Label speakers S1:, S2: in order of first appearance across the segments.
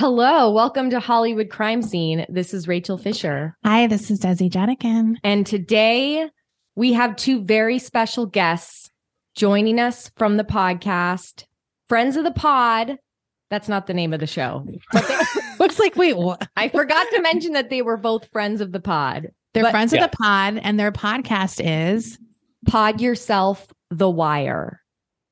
S1: Hello, welcome to Hollywood Crime Scene. This is Rachel Fisher.
S2: Hi, this is Desi Jenikin.
S1: And today we have two very special guests joining us from the podcast Friends of the Pod. That's not the name of the show.
S2: Looks like wait, what?
S1: I forgot to mention that they were both friends of the pod.
S2: They're
S1: But-
S2: friends of the pod, and their podcast is
S1: Pod yourself, The Wire.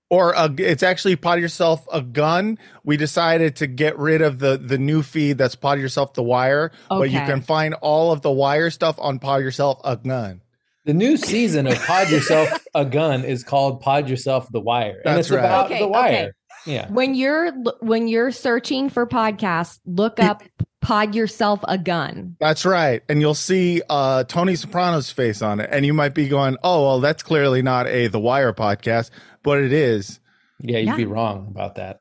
S3: or a, it's actually pot yourself a gun we decided to get rid of the the new feed that's pot yourself the wire but you
S1: Okay.
S3: can find all of the wire stuff on pot yourself a gun
S4: The new season of Pod Yourself a Gun is called Pod Yourself the Wire. and
S3: That's
S4: it's
S3: right.
S4: about
S1: Okay,
S4: Uh, the
S1: okay.
S4: wire. Yeah.
S1: When you're when you're searching for podcasts, look up Pod Yourself a Gun.
S3: that's right and you'll see uh tony soprano's face on it and you might be going oh well that's clearly not a the wire podcast but it is
S4: Yeah, you'd
S2: Yeah.
S4: be wrong about that.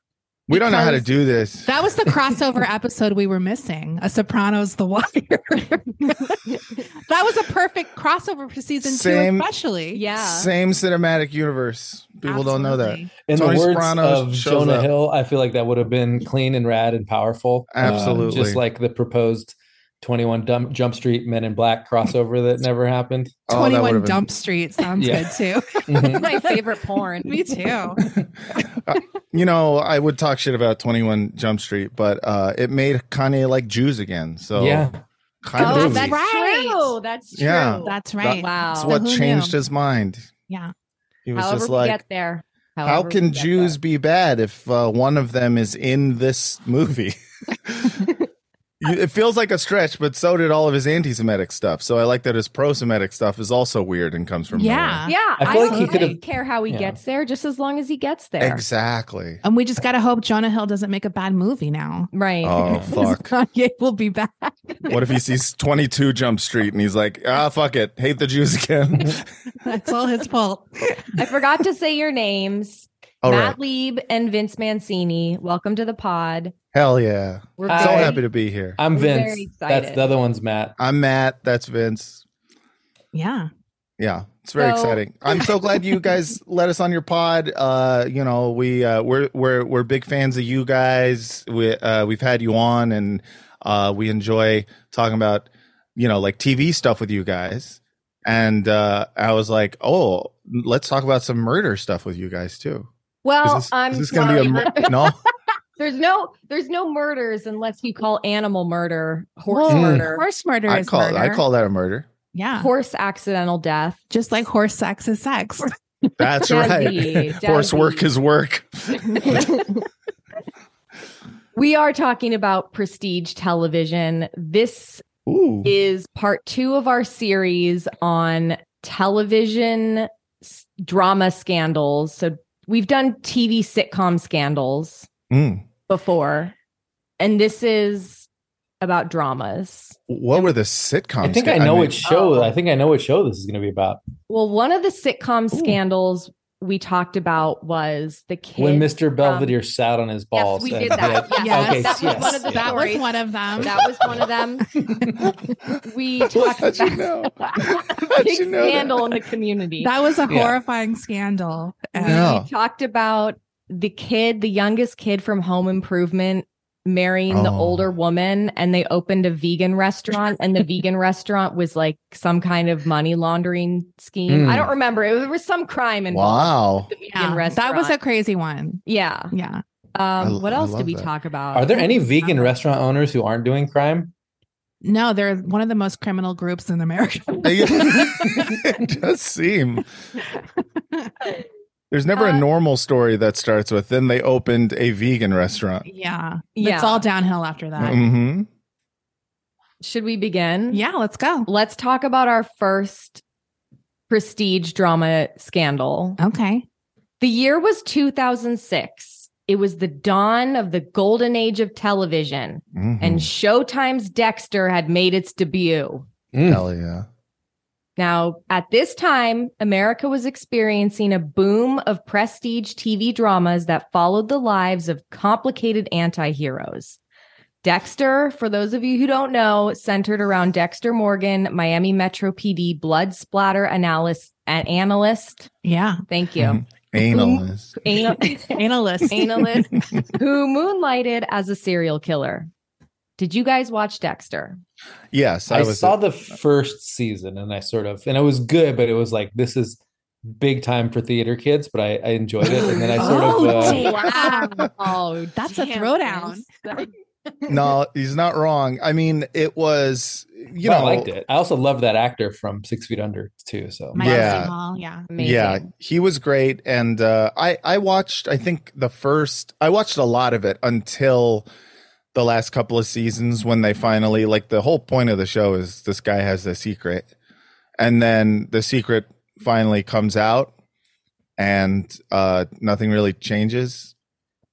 S3: we don't know how to
S2: Because-
S3: do this
S2: that was the crossover episode we were missing. A Sopranos the Wire. that was a perfect crossover for season
S3: Same-
S2: two, especially.
S1: Yeah.
S3: same cinematic universe people don't know that
S2: Absolutely.
S4: In
S3: Tony
S4: the words
S3: Sopranos
S4: of
S3: shows
S4: Jonah
S3: up.
S4: Hill, I feel like that would have been clean and rad and powerful. Uh,
S3: Absolutely.
S4: just like the proposed 21 Dump, Jump Street Men in Black crossover that never happened.
S3: Oh, that
S2: Twenty-one
S3: would've been-
S2: Dump Street sounds
S4: Yeah.
S2: good too.
S4: Mhm.
S1: My favorite porn.
S2: Me too.
S3: You know, I would talk shit about 21 Jump Street, but uh, it made Kanye like Jews again. So
S4: Yeah.
S3: kind
S2: Oh,
S3: of
S2: that's
S3: that's,
S2: right.
S1: true. That's true.
S3: Yeah.
S2: That's right.
S1: Wow.
S2: So
S3: what
S2: who knew?
S3: changed his mind.
S2: Yeah.
S3: He was
S1: However,
S3: just
S1: we
S3: like,
S1: get there.
S3: how
S1: However we
S3: can
S1: get
S3: Jews
S1: there.
S3: be bad if uh, one of them is in this movie? You- it feels like a stretch, but so did all of his anti-Semitic stuff. So I like that his pro-Semitic stuff is also weird and comes from
S2: Yeah.
S1: Yeah,
S4: I
S1: I,
S4: feel like
S1: don't
S4: he could've-
S1: really care how he
S4: yeah.
S1: gets there, just as long as he gets there.
S3: nowhere. Exactly.
S2: And we just gotta hope Jonah Hill doesn't make a bad movie now.
S1: Right.
S3: Oh fuck!
S2: Kanye will be back.
S3: What if he sees 22 Jump Street and he's like, ah, fuck it, hate the Jews again?
S2: That's all his fault.
S1: I forgot to say your names.
S3: all
S1: Matt
S3: right,
S1: Lieb and Vince Mancini. Welcome to the pod.
S3: hell yeah!
S1: We're
S4: Hi.
S3: So
S1: very-
S3: happy to be here.
S4: I'm
S1: We're very
S4: Vince. That's
S1: excited.
S4: the other one's Matt.
S3: I'm Matt. That's Vince.
S2: Yeah.
S3: Yeah, it's very
S1: So-
S3: exciting. I'm so glad you guys let us on your pod. Uh, you know, we uh, we're we're we're big fans of you guys. We uh, we've had you on, and uh, we enjoy talking about you know like TV stuff with you guys. And uh, I was like, oh, let's talk about some murder stuff with you guys too. Is
S1: Well,
S3: this,
S1: Oh, I'm
S3: is this gonna be a
S1: sorry.
S3: mur- no?
S1: there's no there's no murders unless you call animal murder, horse
S3: Hmm.
S4: Well,
S1: murder, horse,
S2: Horse murder
S3: I
S2: is
S3: call
S2: murder.
S3: I call that a murder.
S2: yeah.
S1: accidental death.
S2: Just like horse sex is sex.
S3: That's
S1: Jazzy,
S3: right. Horse work
S1: jazzy.
S3: is work.
S1: We are talking about prestige television. This
S3: Ooh,
S1: is part two of our series on television s- drama scandals. So we've done TV sitcom scandals
S3: Mm.
S1: before, and this is about dramas.
S3: what were the sitcoms?
S4: I think
S3: ga-
S4: I know
S3: mean-
S4: which show.
S1: Oh.
S4: I think I know what show this is going to be about.
S1: Well, one of the sitcom scandals we talked about was the kid.
S4: When Mr. Belvedere sat on his
S1: um,
S4: balls.
S1: we
S4: and
S1: did that.
S4: did-
S1: Yes,
S4: Okay,
S1: that was
S4: yes,
S1: one of the
S4: yeah.
S2: that was
S1: stories.
S2: one of them.
S1: that was one of them. We talked
S3: How'd
S1: about
S3: you know? How'd
S1: big
S3: you know that?
S1: scandal in the community.
S2: That was a
S4: Yeah.
S2: horrifying scandal. And
S3: Yeah.
S1: We talked about the kid, the youngest kid from Home Improvement, marrying the
S3: Oh.
S1: older woman, and they opened a vegan restaurant, and the vegan restaurant was like some kind of money laundering scheme.
S4: Mm.
S1: I don't remember. It was, there was some crime involved.
S3: Hmm. Wow.
S1: with The vegan
S2: yeah,
S1: restaurant.
S2: that was a crazy one.
S1: yeah.
S2: Yeah.
S1: Um,
S3: I-
S1: what
S3: I
S1: else
S3: love
S1: did we
S3: that.
S1: talk about?
S4: Are there any vegan restaurant owners who aren't doing crime?
S2: No, they're one of the most criminal groups in America.
S3: it does seem. There's never a
S1: Uh,
S3: normal story that starts with, then they opened a vegan restaurant.
S2: yeah.
S1: Yeah.
S2: It's all downhill after that.
S4: Mm-hmm.
S3: hmm
S1: Should we begin?
S2: Yeah, let's go.
S1: Let's talk about our first prestige drama scandal.
S2: Okay.
S1: The year was 2006. it was the dawn of the golden age of television,
S3: Mhm.
S1: and Showtime's Dexter had made its debut.
S4: Mm.
S3: hell yeah.
S1: Now, at this time, America was experiencing a boom of prestige TV dramas that followed the lives of complicated anti heroes. Dexter, for those of you who don't know, centered around Dexter Morgan, Miami Metro PD blood splatter analyst, an analyst.
S2: Yeah.
S1: Thank you.
S3: Mhm. Analyst.
S1: Anal-
S2: Analyst.
S1: analyst who moonlighted as a serial killer. Did you guys watch Dexter?
S3: Yes, I,
S4: I
S3: was.
S4: saw the first season and I sort of and it was good, but it was like this is big time for theater kids, but I, I enjoyed it. And then I sort
S2: Oh,
S4: of uh,
S2: gee.
S1: wow. Oh,
S2: That's a
S1: damn,
S2: throwdown.
S1: Chris.
S3: no, he's not wrong. I mean, it was. You
S4: well,
S3: know,
S4: I liked it. I also loved that actor from Six Feet Under too. So
S2: Miles
S3: Yeah.
S2: Seymour, yeah.
S1: Amazing.
S3: Yeah, he was great, and uh, I I watched I think the first I watched a lot of it until the last couple of seasons when they finally like the whole point of the show is this guy has the secret, and then the secret finally comes out, and uh, nothing really changes.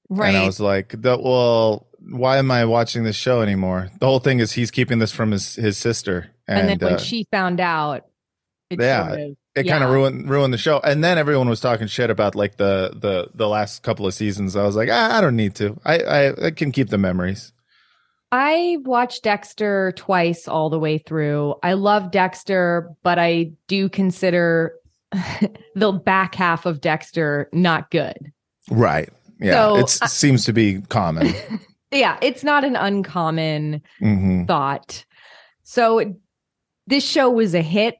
S2: Right.
S3: And I was like, "The- well, why am I watching this show anymore? The whole thing is he's keeping this from his his sister,
S1: And,
S3: and,
S1: then when
S3: uh,
S1: she found out, it
S3: Yeah.
S1: sort of-
S3: it kind of
S1: Yeah.
S3: ruined ruined the show. And then everyone was talking shit about like the the the last couple of seasons. I was like, ah, I don't need to. I, I I can keep the memories.
S1: I watched Dexter twice all the way through. I love Dexter, but I do consider the back half of Dexter not good.
S3: Right.
S1: So,
S3: Yeah. It
S1: I-
S3: seems to be common.
S1: Yeah, it's not an uncommon
S3: hmm
S1: thought. So it- this show was a hit.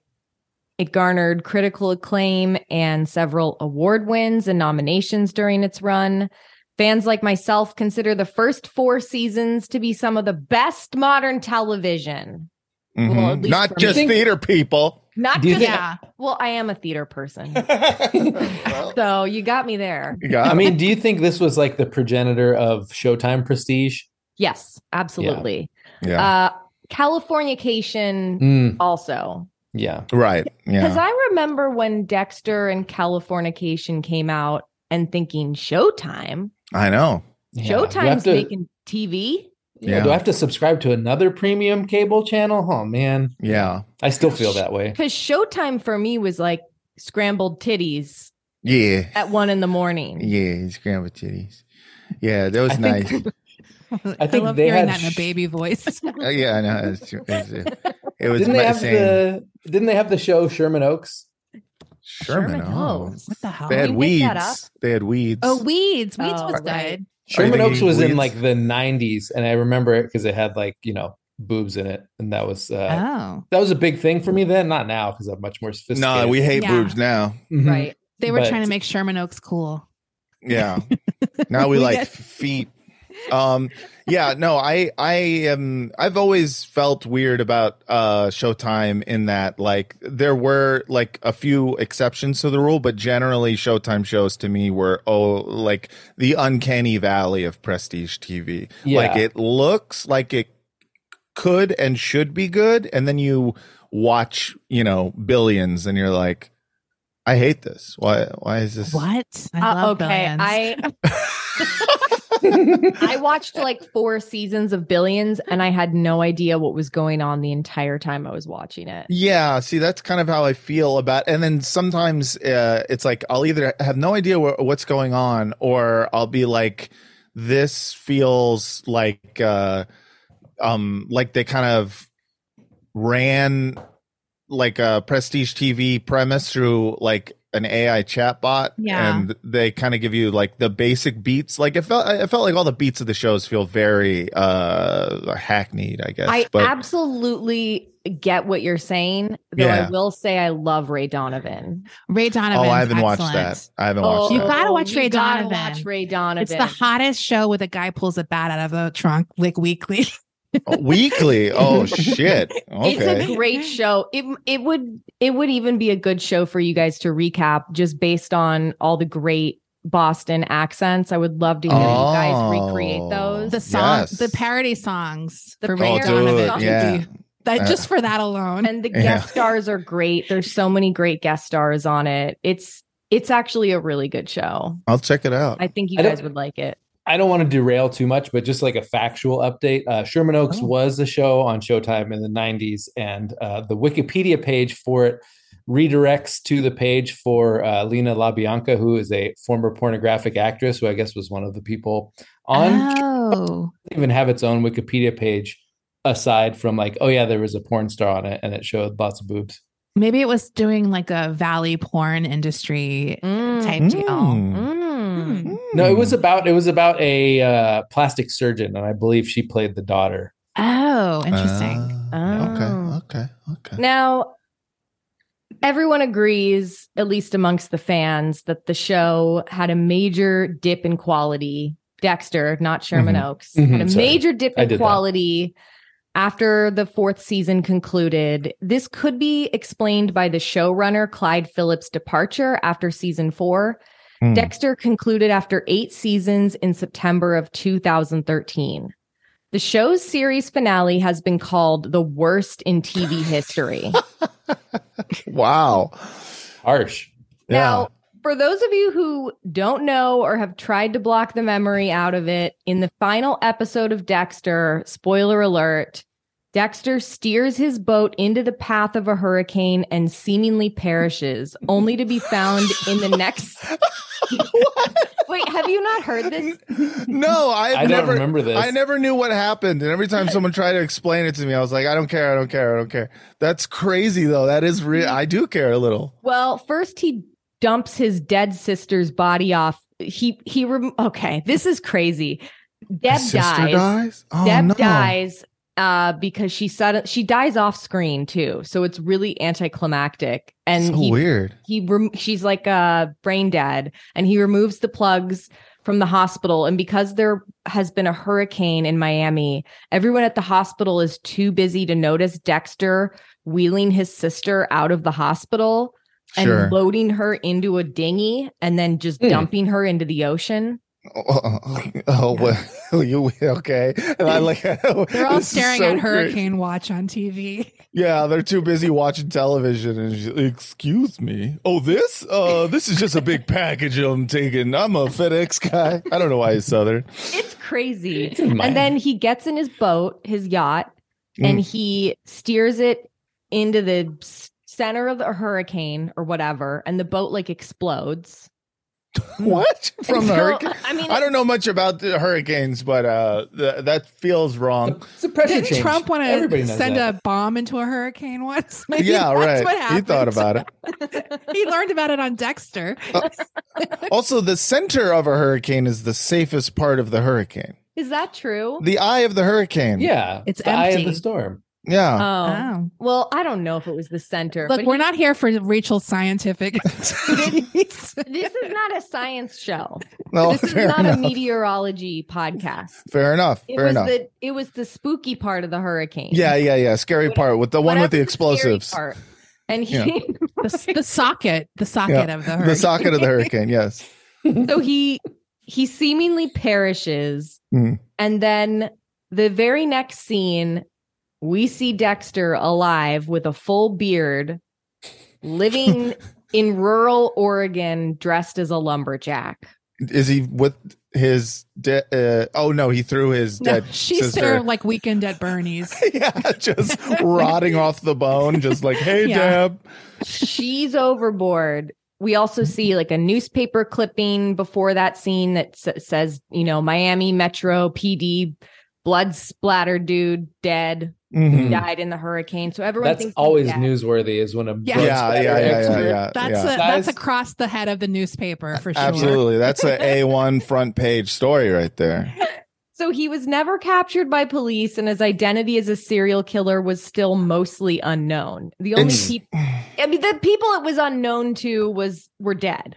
S1: It garnered critical acclaim and several award wins and nominations during its run. Fans like myself consider the first four seasons to be some of the best modern television.
S3: hmm
S1: Well, at least
S3: Not
S1: for
S3: just
S4: me.
S3: theater people.
S1: Not
S4: Do you
S1: just,
S4: think-
S2: yeah.
S1: well, I am a theater person.
S3: Well,
S1: so you got me there.
S3: yeah.
S4: I mean, do you think this was like the progenitor of Showtime prestige?
S1: Yes, absolutely.
S3: yeah.
S1: Uh, Californication
S4: Mm,
S1: also.
S4: yeah.
S3: right.
S1: Because
S3: Yeah.
S1: I remember when Dexter and Californication came out and thinking Showtime.
S3: I know.
S4: yeah. Do I have
S1: Showtime's
S4: to-
S1: making TV.
S4: yeah, Do
S3: Yeah.
S4: I have to subscribe to another premium cable channel? Oh man,
S3: Yeah.
S4: I still feel that way.
S1: Because Showtime for me was like scrambled titties
S3: Yeah.
S1: at one in the morning.
S3: Yeah. He's grandma titties. Yeah, that was
S4: I
S3: nice.
S4: think-
S2: I,
S4: think
S2: love
S4: they
S2: hearing
S4: had
S2: that in a
S4: sh-
S2: baby voice.
S3: Uh, yeah, I know. It's, true. It's, uh, it was
S4: Didn't
S3: my
S4: they have
S3: same.
S4: the Didn't they have the show Sherman Oaks?
S3: Sherman,
S1: Sherman
S3: oh.
S1: Oaks.
S2: what the hell?
S3: They had
S1: We picked that
S3: weeds. They had weeds.
S2: oh, weeds. Weeds
S1: Oh,
S2: was
S1: right.
S2: good.
S3: Are you
S4: Sherman Oaks
S3: thinking
S4: was in
S3: Weeds?
S4: like the '90s, and I remember it because it had like you know boobs in it, and that was uh,
S2: Oh.
S4: that was a big thing for me then. Not now because I'm much more sophisticated.
S3: No, we hate
S2: Yeah.
S3: boobs now.
S4: Mhm.
S1: Right.
S2: They were
S4: But-
S2: trying to make Sherman Oaks cool.
S3: Yeah. now we
S2: We
S3: like
S2: got-
S3: feet. Um yeah, no, I I am I've always felt weird about uh Showtime in that like there were like a few exceptions to the rule, but generally Showtime shows to me were oh like the uncanny valley of prestige TV.
S4: Yeah.
S3: Like it looks like it could and should be good and then you watch, you know, billions and you're like I hate this. Why why is this
S2: What? I
S1: Uh,
S2: love
S1: okay,
S2: Billions.
S1: I I watched like four seasons of Billions, and I had no idea what was going on the entire time I was watching it.
S3: Yeah, see, that's kind of how I feel about. And then sometimes uh, it's like I'll either have no idea wh- what's going on, or I'll be like, "This feels like, uh, um, like they kind of ran like a prestige TV premise through like an AI chatbot,
S2: Yeah.
S3: and they kind of give you like the basic beats. Like it felt, it felt like all the beats of the shows feel very uh hackneyed, I guess.
S1: I
S3: but
S1: absolutely get what you're saying, though
S3: Yeah.
S1: I will say I love Ray Donovan.
S2: Ray Donovan.
S3: oh, I haven't watched that. I haven't watched
S2: You
S3: that.
S2: gotta watch
S1: Oh, you
S2: Ray
S1: gotta
S2: Donovan.
S1: watch Ray Donovan.
S2: It's the hottest show where the guy pulls a bat out of the trunk like weekly.
S3: Oh, weekly. Oh shit.
S1: It's
S3: Okay.
S1: a great show. It it would it would even be a good show for you guys to recap just based on all the great Boston accents. I would love to hear you guys recreate
S3: Oh.
S1: those.
S2: The song,
S3: Yes. Oh,
S2: the parody songs
S1: The
S2: for Ray
S1: parody
S2: Donovan.
S1: songs.
S2: would
S3: Yeah.
S2: be- That
S3: Uh,
S2: just for that alone.
S1: and the
S3: Yeah.
S1: guest stars are great. There's so many great guest stars on it. It's it's actually a really good show.
S3: I'll check it out.
S1: I think you
S4: I don't-
S1: guys would like it.
S4: I don't want to derail too much, but just like a factual update, uh, Sherman Oaks
S3: Oh.
S4: was a show on Showtime in the '90s, and uh, the Wikipedia page for it redirects to the page for uh, Lena LaBianca, who is a former pornographic actress, who I guess was one of the people on.
S2: Oh,
S4: Doesn't even have its own Wikipedia page aside from like, oh yeah, there was a porn star on it, and it showed lots of boobs.
S2: maybe it was doing like a valley porn industry
S1: Mm.
S2: type deal. Hmm.
S3: Mm.
S1: Mm.
S4: No, it
S3: Hmm.
S4: was about it was about a uh, plastic surgeon, and I believe she played the daughter.
S2: Oh, interesting.
S1: Oh.
S3: Ah, Uh, okay. Okay. Okay.
S1: Now, everyone agrees, at least amongst the fans, that the show had a major dip in quality. Dexter, not Sherman
S4: Mhm.
S1: Oaks,
S4: Mhm,
S1: had a
S4: sorry.
S1: major dip
S4: I
S1: in
S4: did that.
S1: quality after the fourth season concluded. This could be explained by the showrunner Clyde Phillips' departure after season four.
S3: Hmm.
S1: Dexter concluded after eight seasons in September of 2013. The show's series finale has been called the worst in TV history.
S3: Wow.
S4: Harsh.
S1: Now, for those of you who don't know or have tried to block the memory out of it, in the final episode of Dexter, spoiler alert, Dexter steers his boat into the path of a hurricane and seemingly perishes, only to be found in the next. Wait, have you not heard this?
S3: no, I've
S4: I don't
S3: never
S4: remember this.
S3: I never knew what happened, and every time someone tried to explain it to me, I was like, "I don't care, I don't care, I don't care." That's crazy, though. That is real. I do care a little.
S1: Well, first he dumps his dead sister's body off. He he. Rem- okay, this is crazy. Deb
S3: His sister
S1: dies.
S3: dies. Oh,
S1: Deb
S3: no.
S1: dies uh, because she sudden she dies off screen too, so it's really anticlimactic. And
S3: so
S1: he
S3: weird.
S1: he rem- she's like uh, brain dead, and he removes the plugs from the hospital. And because there has been a hurricane in Miami, everyone at the hospital is too busy to notice Dexter wheeling his sister out of the hospital
S3: Sure.
S1: and loading her into a dinghy and then just
S4: Hmm.
S1: dumping her into the ocean.
S3: Oh, oh, oh, oh, well, you okay? And I like.
S2: They're all staring at Hurricane Watch on TV.
S3: Yeah, they're too busy watching television. And she's, excuse me. Oh, this? Uh, this is just a big package I'm taking. I'm a FedEx guy. I don't know why he's southern.
S1: It's crazy.
S4: It's in Miami.
S1: And then he gets in his boat, his yacht, and
S3: Mm.
S1: he steers it into the s- center of the hurricane or whatever, and the boat like explodes.
S3: What from the
S1: So,
S3: hurricane?
S1: I mean,
S3: I don't know much about the hurricanes, but uh, th- that feels wrong.
S4: It's a pressure
S2: Didn't
S4: change.
S2: Trump want
S4: Everybody
S2: to
S4: knows
S2: send
S4: that.
S2: a bomb into a hurricane once? Maybe
S3: yeah,
S2: that's
S3: right.
S2: what happened.
S3: He thought about it.
S2: he learned about it on Dexter.
S3: Also, the center of a hurricane is the safest part of the hurricane.
S1: Is that true?
S3: The eye of the hurricane.
S4: Yeah,
S2: It's
S4: the eye of the
S2: empty.
S4: storm.
S1: oh.
S3: Yeah.
S2: Oh.
S1: Well, I don't know if it was the center.
S2: Look,
S1: but
S2: we're not here for Rachel scientific. Uh, studies.
S1: he- this is not a science show.
S3: no,
S1: this is
S3: Oh, fair
S1: not
S3: enough.
S1: a meteorology podcast.
S3: fair enough.
S1: It
S3: fair
S1: was
S3: enough.
S1: the it was the spooky part of the hurricane.
S3: yeah, yeah, yeah. Scary
S1: What-
S3: part with the one with the
S1: Whatever scary
S3: explosives.
S1: part. And he
S3: Yeah.
S2: the, the socket, the socket of the hurricane.
S3: The socket of the hurricane. Yes.
S1: so he he seemingly perishes
S3: Hmm.
S1: and then the very next scene we see dexter alive with a full beard living in rural oregon dressed as a lumberjack
S3: Is he with his dead? Uh, oh no, he threw his
S2: No,
S3: dead
S2: she's there
S3: sister.
S2: like weekend at Bernie's.
S3: yeah, just rotting off the bone. Just like, hey,
S2: Yeah.
S3: Deb.
S1: she's overboard we also see like a newspaper clipping before that scene that s- says you know miami metro pd blood splatter dude dead
S3: Mhm.
S1: died in the hurricane so everyone
S4: That's
S1: thinks he's
S4: always
S1: dead.
S4: newsworthy. Is when a
S2: Yeah.
S4: blood
S3: Yeah,
S4: splatter
S3: yeah, yeah, yeah,
S4: expert-
S3: yeah.
S2: That's
S3: yeah.
S2: a that's
S4: Guys-
S2: across the head of the newspaper for sure.
S3: Absolutely. That's a A1 front page story right there.
S1: So he was never captured by police, and his identity as a serial killer was still mostly unknown. The only
S3: It's-
S1: people, I mean, the people it was unknown to was were dead.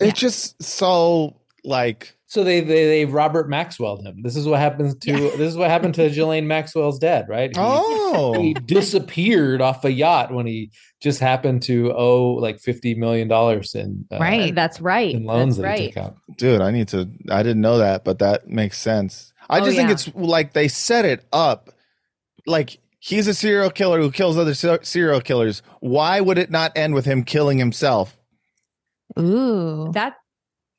S3: It's just so like
S4: So they they they Robert Maxwell him. This is what happens to this is what happened to Ghislaine Maxwell's dad, right? He-
S3: oh
S4: He disappeared off a yacht when he just happened to owe like fifty million dollars in uh,
S2: Right.
S1: That's right.
S4: in loans
S1: That's
S4: that he
S1: right.
S4: took out.
S3: dude i need to i didn't know that but that makes sense i
S1: Oh,
S3: just think
S1: yeah.
S3: it's like they set it up like he's a serial killer who kills other ser- serial killers why would it not end with him killing himself
S2: Ooh.
S1: That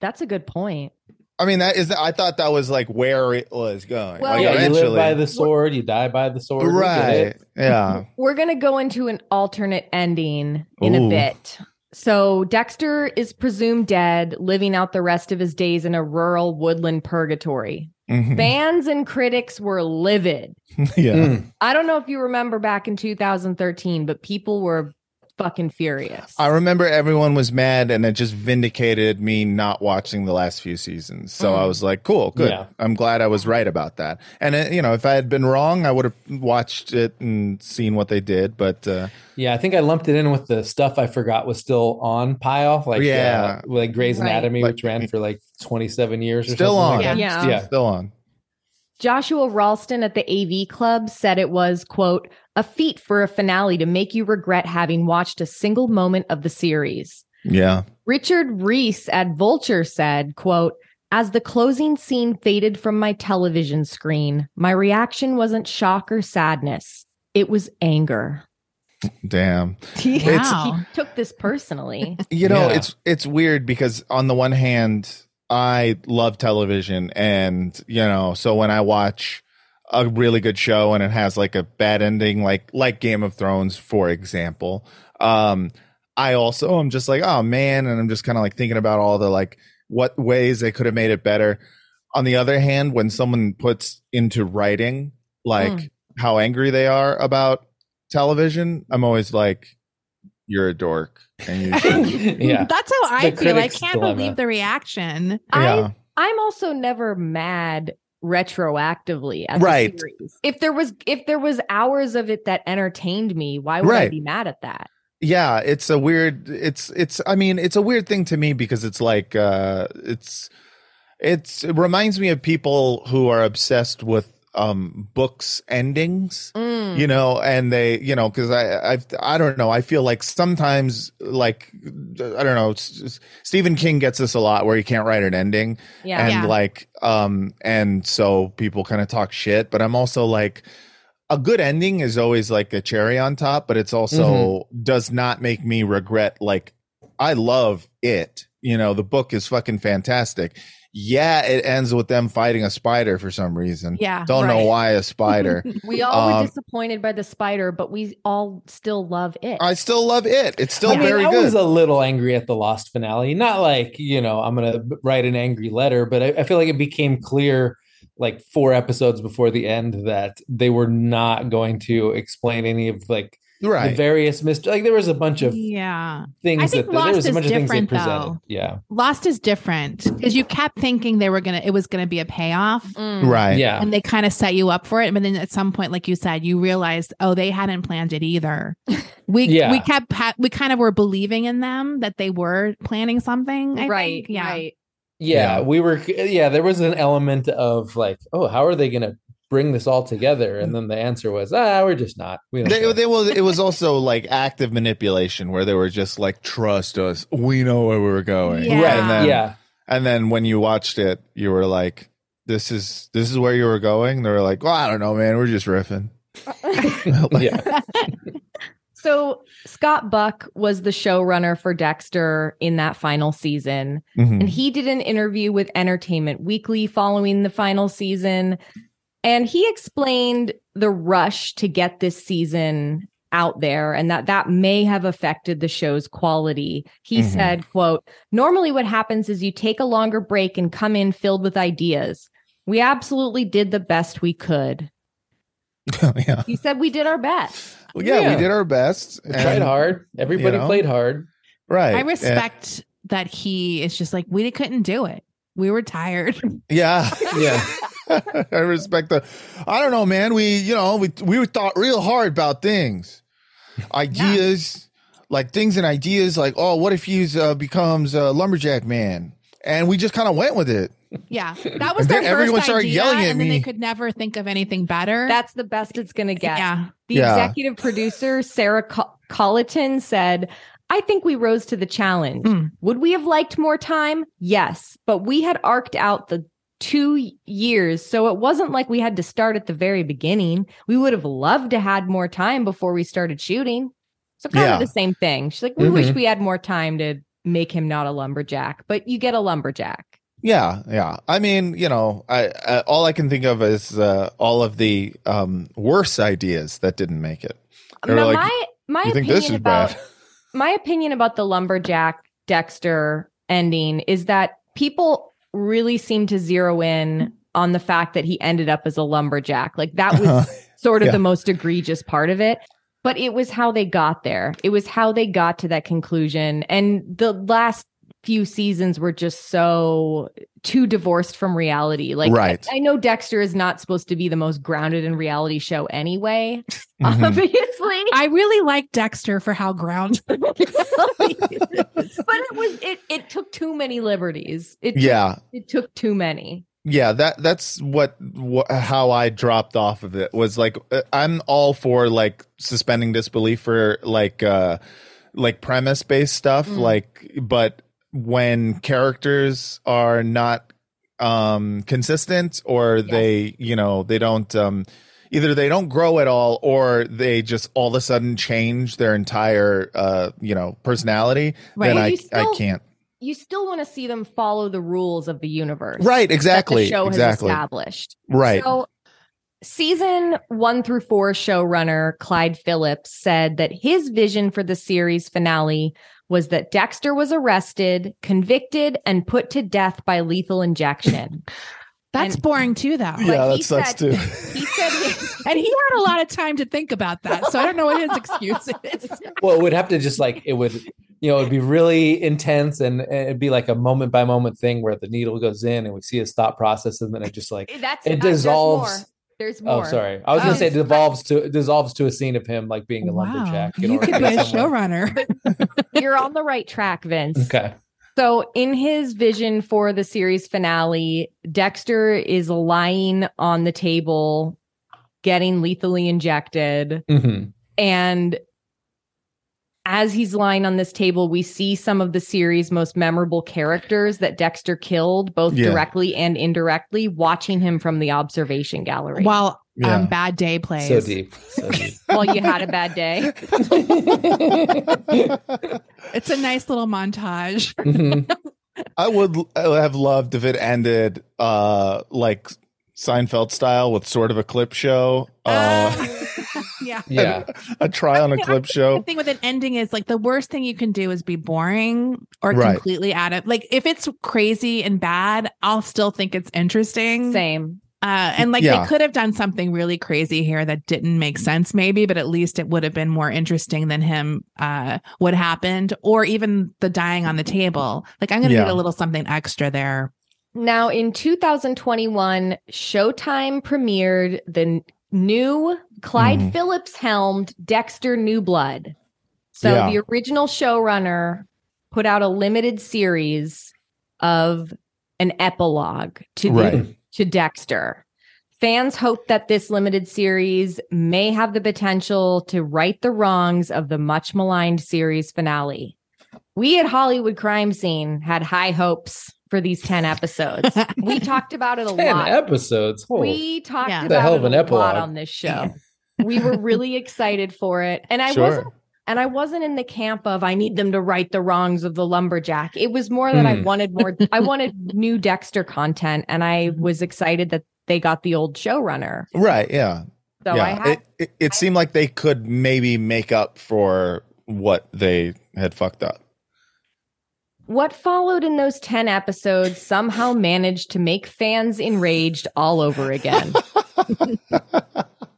S1: that's a good point.
S3: I mean, that is. I thought that was like where it was going.
S1: Well,
S3: like,
S4: yeah, you live
S3: Oh, eventually,
S4: by the sword, you die by the sword. We get it.
S3: right? Yeah.
S1: We're going to go into an alternate ending in
S3: Ooh.
S1: a bit. So Dexter is presumed dead, living out the rest of his days in a rural woodland purgatory.
S3: Mhm.
S1: Fans and critics were livid.
S3: yeah.
S4: Mm.
S1: I don't know if you remember back in 2013, but people were fucking furious.
S3: I remember everyone was mad, and it just vindicated me not watching the last few seasons. So I was like, "Cool, good.
S4: Mm. Yeah.
S3: I'm glad I was right about that." And uh you know, if I had been wrong, I would have watched it and seen what they did. But uh,
S4: Yeah, I think I lumped it in with the stuff I forgot was still on pile, like
S3: Yeah.
S4: uh, like Grey's
S1: Right.
S4: Anatomy,
S3: Like-
S4: which ran for like twenty seven years, or
S3: Still
S4: something like that.
S3: on.
S1: Yeah.
S4: yeah.
S3: still on.
S1: Joshua Ralston at the AV Club said it was, quote, a feat for a finale to make you regret having watched a single moment of the series.
S3: Yeah.
S1: Richard Reese at Vulture said, quote, as the closing scene faded from my television screen, my reaction wasn't shock or sadness. It was anger.
S3: Damn.
S2: Wow.
S1: He took this personally.
S3: You know,
S4: Yeah.
S3: it's it's weird because on the one hand, I love television, and you know, so when I watch a really good show and it has like a bad ending, like like Game of Thrones, for example, um, I also am just like, oh man, and I'm just kind of like thinking about all the like what ways they could have made it better. On the other hand, when someone puts into writing like how angry they are about television, I'm always like, you're a dork, and you should
S4: yeah.
S2: That's how I
S4: The
S2: feel. I
S4: critic's
S2: can't
S4: dilemma.
S2: believe the reaction.
S3: Yeah.
S1: I, I'm also never mad retroactively at the
S3: Right.
S1: series. If there was if there was hours of it that entertained me, why would I
S3: Right.
S1: be mad at that?
S3: yeah it's a weird it's it's i mean it's a weird thing to me because it's like uh it's it's it reminds me of people who are obsessed with um books endings
S1: Mm,
S3: you know and they you know because i i i don't know i feel like sometimes like i don't know S- S- stephen king gets this a lot where he can't write an ending
S1: Yeah.
S3: and
S2: Yeah.
S3: like um and so people kind of talk shit but i'm also like a good ending is always like a cherry on top but it's also
S4: Mm-hmm.
S3: does not make me regret like i love it you know the book is fucking fantastic yeah it ends with them fighting a spider for some reason
S2: Yeah.
S3: don't know
S1: right.
S3: why a spider
S1: We all
S3: Um,
S1: were disappointed by the spider, but we all still love it.
S3: I still love it. It's still
S4: I mean,
S3: very
S4: I was
S3: good.
S4: a little angry at the Lost finale. Not like, you know, I'm going to write an angry letter, but I, I feel like it became clear like four episodes before the end that they were not going to explain any of like the
S3: right.
S4: various mis- like there was a bunch of
S2: Yeah.
S4: things
S2: I Mm, think
S4: that there
S2: Lost
S4: was a
S2: is
S4: bunch of things they
S2: different,
S4: presented.
S2: though.
S4: Yeah.
S2: Lost is different because you kept thinking they were going to, it was going to be a payoff.
S1: Mm.
S3: right.
S4: Yeah.
S2: And they kind of set you up for it. But then at some point, like you said, you realized, oh, they hadn't planned it either. We
S4: Yeah.
S2: we kept ha- we kind of were believing in them that they were planning something. I think.
S1: Right.
S2: Yeah.
S1: Right.
S4: yeah
S3: Yeah.
S4: we were yeah there was an element of like oh how are they gonna bring this all together and then the answer was ah we're just not we don't
S3: They,
S4: care."
S3: they was, it was also like active manipulation where they were just like, trust us. We know where we were going.
S2: Yeah.
S4: right
S3: And then,
S4: yeah
S3: And then when you watched it, you were like, this is this is where you were going. They were like, well, I don't know, man. We're just riffing.
S4: yeah
S1: So Scott Buck was the showrunner for Dexter in that final season.
S3: Mhm.
S1: And he did an interview with Entertainment Weekly following the final season. And he explained the rush to get this season out there and that that may have affected the show's quality. He
S3: Mhm.
S1: said, quote, normally what happens is you take a longer break and come in filled with ideas. We absolutely did the best we could.
S3: yeah.
S1: He said we did our best.
S3: Well, yeah,
S4: Yeah.
S3: We did our best.
S4: We tried
S3: and-
S4: hard everybody
S3: know.
S4: played hard
S3: Right.
S2: I
S3: And-
S2: respect that he is just like, we couldn't do it. We were tired.
S3: yeah.
S4: yeah
S3: I respect the. I don't know, man. We, you know, we we thought real hard about things, ideas, like things and ideas. Like, oh, what if he's uh, becomes a lumberjack man? And we just kind of went with it.
S2: Yeah. That was
S3: And
S2: their
S3: then everyone
S2: first
S3: started
S2: idea,
S3: yelling at
S2: and then they
S3: me.
S2: could never think of anything better.
S1: That's the best it's going to get.
S2: yeah.
S1: The
S3: Yeah.
S1: executive producer, Sarah Col- Colleton, said, I think we rose to the challenge.
S2: Mm.
S1: Would we have liked more time? Yes, but we had arced out the two years, so it wasn't like we had to start at the very beginning. We would have loved to had more time before we started shooting. So kind
S3: Yeah. Mm-hmm.
S1: of the same thing. She's like, we wish
S4: Mhm.
S1: we had more time to make him not a lumberjack, but you get a lumberjack.
S3: Yeah, yeah. I mean, you know, I, I all I can think of is uh, all of the um, worse ideas that didn't make it. They were
S1: Now,
S3: like,
S1: my my
S3: you think
S1: opinion
S3: this is
S1: about
S3: bad?
S1: my opinion about the lumberjack Dexter ending is that people really seem to zero in on the fact that he ended up as a lumberjack. Like that was sort of
S3: Yeah.
S1: the most egregious part of it. But it was how they got there. It was how they got to that conclusion. And the last few seasons were just so too divorced from reality. Like
S3: Right.
S1: I, I know Dexter is not supposed to be the most grounded in reality show anyway,
S3: Mhm.
S1: obviously.
S2: I really like Dexter for how ground.
S1: but it was it it took too many liberties. It
S3: Yeah,
S1: it took too many.
S3: yeah. That that's what wh- how I dropped off of it was like uh, I'm all for like suspending disbelief for like uh like premise based stuff
S1: Mm.
S3: like but when characters are not um consistent or they you know they don't um either they don't grow at all or they just all of a sudden change their entire uh you know personality then
S1: Right.
S3: I
S1: You still-
S3: I can't
S1: You still want to see them follow the rules of the universe.
S3: right
S1: that the
S3: exactly
S1: show
S3: exactly
S1: has established.
S3: right
S1: So season one through four showrunner Clyde Phillips said that his vision for the series finale was that Dexter was arrested, convicted, and put to death by lethal injection.
S2: That's
S1: And-
S2: boring too, though.
S3: yeah
S1: But
S3: that
S1: he
S3: sucks
S1: said-
S3: too
S1: he said his-
S2: And he had a lot of time to think about that. So I don't know what his excuse is.
S4: well, it would have to just like it would, you know, it'd be really intense, and and it'd be like a moment by moment thing where the needle goes in, and we see his thought process, and then it just like
S1: that's
S4: it
S1: uh, there's more.
S4: dissolves.
S1: There's more.
S4: Oh, sorry. I was
S2: Oh.
S4: gonna say it dissolves to it dissolves to a scene of him like being a lumberjack. in
S2: You
S4: order
S2: could
S4: to
S2: be a
S4: get somewhere.
S2: showrunner.
S1: You're on the right track, Vince.
S4: Okay.
S1: So, in his vision for the series finale, Dexter is lying on the table, getting lethally injected.
S4: Mhm.
S1: And as he's lying on this table, we see some of the series' most memorable characters that Dexter killed, both
S3: Yeah.
S1: directly and indirectly, watching him from the observation gallery
S2: While
S3: Yeah.
S2: um, Bad Day plays.
S4: So deep. So deep.
S1: while you had a bad day.
S2: It's a nice little montage.
S4: Mhm.
S3: I would l- I would have loved if it ended uh like Seinfeld style with sort of a clip show. Uh,
S1: Ah.
S4: Oh.
S2: Uh, yeah.
S4: Yeah.
S3: a try on a clip
S2: The
S3: show.
S2: thing with an ending is like the worst thing you can do is be boring or
S3: Right.
S2: completely out of like if it's crazy and bad, I'll still think it's interesting.
S1: Same.
S2: Uh, and like
S3: Yeah.
S2: they could have done something really crazy here that didn't make sense, maybe, but at least it would have been more interesting than him. Uh, what happened, or even the dying on the table. Like I'm going to
S3: Yeah.
S2: need a little something extra there.
S1: Now, in 2021, Showtime premiered the n- new Clyde
S3: Mhm.
S1: Phillips helmed Dexter New Blood. So
S3: Yeah.
S1: the original showrunner put out a limited series of an epilogue to the-
S3: Right.
S1: to Dexter. Fans hope that this limited series may have the potential to right the wrongs of the much maligned series finale. We at Hollywood Crime Scene had high hopes for these 10 episodes. we talked about it a
S4: Ten
S1: lot.
S4: episodes. Holy
S1: We talked
S2: Yeah.
S1: about
S4: The hell
S1: it
S4: of an
S1: a lot
S4: epilogue.
S1: on this show. we were really excited for it. And I wasn't
S3: sure.
S1: and I wasn't in the camp of I need them to right the wrongs of the lumberjack. It was more that I
S4: Hmm.
S1: wanted more I wanted new Dexter content and I
S3: Hmm.
S1: was excited that they got the old showrunner.
S3: Right. Yeah.
S1: So
S3: yeah.
S1: I had
S3: it, it, it seemed like they could maybe make up for what they had fucked up.
S1: what followed in those 10 episodes somehow managed to make fans enraged all over again.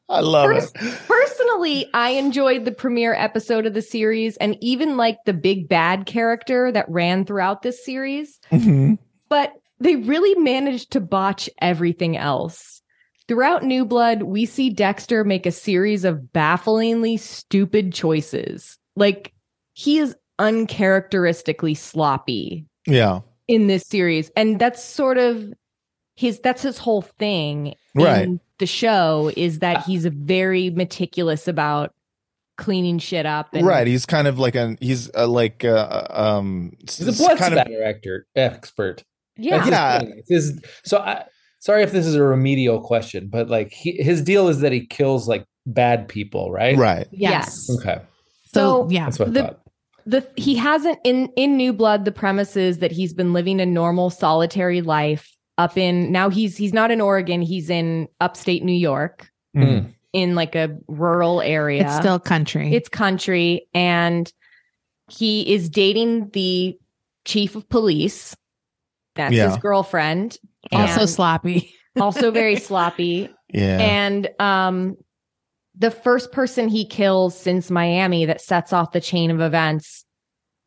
S3: I love
S1: First-
S3: it.
S1: Personally, I enjoyed the premiere episode of the series and even like the big bad character that ran throughout this series.
S3: Mhm.
S1: but they really managed to botch everything else. Throughout New Blood, we see Dexter make a series of bafflingly stupid choices. Like, he is uncharacteristically sloppy
S3: Yeah.
S1: in this series. And that's sort of his, that's his whole thing. in
S3: Right.
S1: The show is that he's very meticulous about cleaning shit up. And
S3: Right. He's kind of like an he's uh, like uh, um
S4: He's a blood
S3: kind of
S4: spatter actor expert.
S1: Yeah.
S4: That's his
S3: Yeah.
S4: thing. It's his- so I sorry if this is a remedial question, but like he, his deal is that he kills like bad people, right?
S3: right.
S1: Yes.
S4: Okay.
S2: So,
S1: So-
S2: yeah.
S4: That's what I
S1: The-
S4: thought.
S1: the he hasn't in in New Blood. The premise is that he's been living a normal solitary life up in now he's he's not in Oregon. He's in upstate New York
S3: Hmm.
S4: Mm.
S1: in like a rural area.
S2: It's still country.
S1: it's country and he is dating the chief of police that's his
S3: Yeah.
S1: girlfriend
S2: also
S1: and
S2: sloppy.
S1: also very sloppy
S3: Yeah.
S1: and um the first person he kills since miami that sets off the chain of events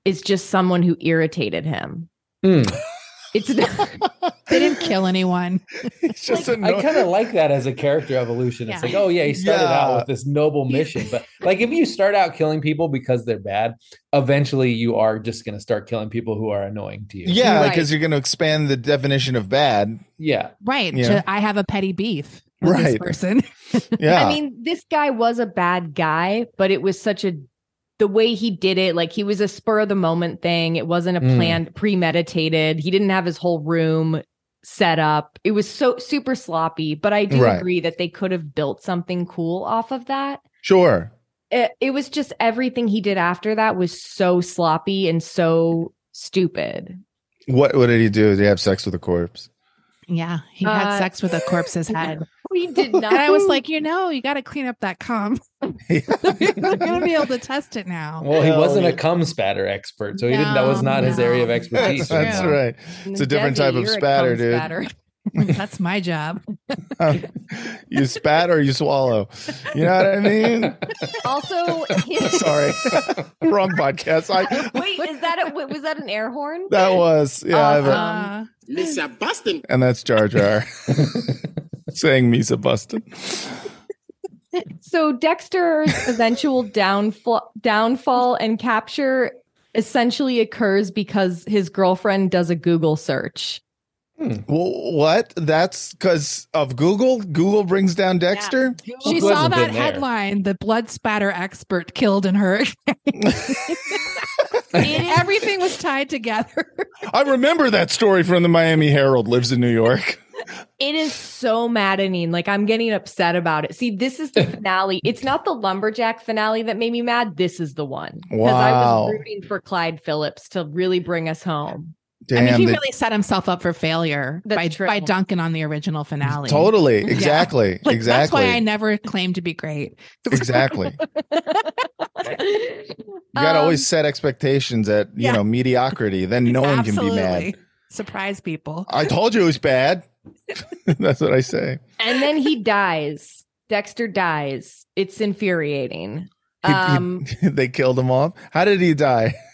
S1: is just someone who irritated him
S4: Mm.
S1: it's not
S2: They didn't kill anyone.
S3: it's just
S4: I
S3: annoying.
S4: kind of like that as a character evolution. It's
S2: Yeah.
S4: like, oh yeah, he started out
S3: Yeah.
S4: with this noble mission, but like if you start out killing people because they're bad, eventually you are just going to start killing people who are annoying to you.
S3: yeah,
S1: Right.
S3: like because you're going to expand the definition of bad.
S4: yeah.
S2: Right.
S3: Yeah.
S2: ju- I have a petty beef. With This
S3: Right.
S2: person.
S3: Yeah.
S1: I mean, this guy was a bad guy, but it was such a the way he did it, like he was a spur of the moment thing. It wasn't a
S4: Mm.
S1: planned, premeditated. He didn't have his whole room set up. It was so super sloppy, but I do
S3: Right.
S1: agree that they could have built something cool off of that.
S3: sure.
S1: It, it was just everything he did after that was so sloppy and so stupid.
S3: What what did he do? Did he have sex with a corpse?
S2: Yeah. He
S1: Uh,
S2: had sex with a corpse's head.
S1: We did not.
S2: And I was like, you know, you got to clean up that cum. You're not going to be able to test it now.
S4: Well, he
S3: Hell
S4: wasn't
S3: yeah.
S4: a cum spatter expert, so he didn't. That was
S2: No,
S4: not his area of
S2: no.
S4: expertise.
S2: That's
S3: That's
S2: true.
S3: right. It's a different type of
S1: you're a
S3: spatter,
S1: cum
S3: dude.
S1: spatter.
S2: That's my job.
S3: Um, you spat or you swallow. You know what I mean?
S1: Also, his,
S3: Sorry. Wrong podcast. I
S1: wait, is that a, was that an air horn?
S3: that was yeah, I have a-
S1: Awesome.
S2: Uh,
S5: Mr. Bustin.
S3: and that's Jar Jar saying Misa Bustin.
S1: So Dexter's eventual downfall, downfall and capture essentially occurs because his girlfriend does a Google search.
S3: Well, what? That's because of Google. Google brings down Dexter.
S2: she
S4: Who
S2: saw that
S4: hasn't been there?
S2: headline, the blood spatter expert killed in her. Everything was tied together.
S3: I remember that story from the Miami Herald. Lives in New York.
S1: It is so maddening. Like I'm getting upset about it. See, this is the finale. It's not the lumberjack finale that made me mad. This is the one. Because I
S3: Wow.
S1: was rooting for Clyde Phillips to really bring us home.
S2: I
S3: Damn,
S2: mean, he
S3: the-
S2: really set himself up for failure
S1: That's
S2: by,
S1: true.
S2: by dunking on the original finale.
S3: totally, exactly,
S2: Like, That's
S3: exactly,
S2: why I never claimed to be great.
S3: exactly. You gotta always set expectations at you
S2: Um, yeah.
S3: know mediocrity. Then no one can be mad.
S2: Absolutely. Surprise people.
S3: I told you it was bad. That's what I say.
S1: Um, and then he dies. Dexter dies. It's infuriating.
S3: He- he-
S1: Um,
S3: they killed him off. How did he die?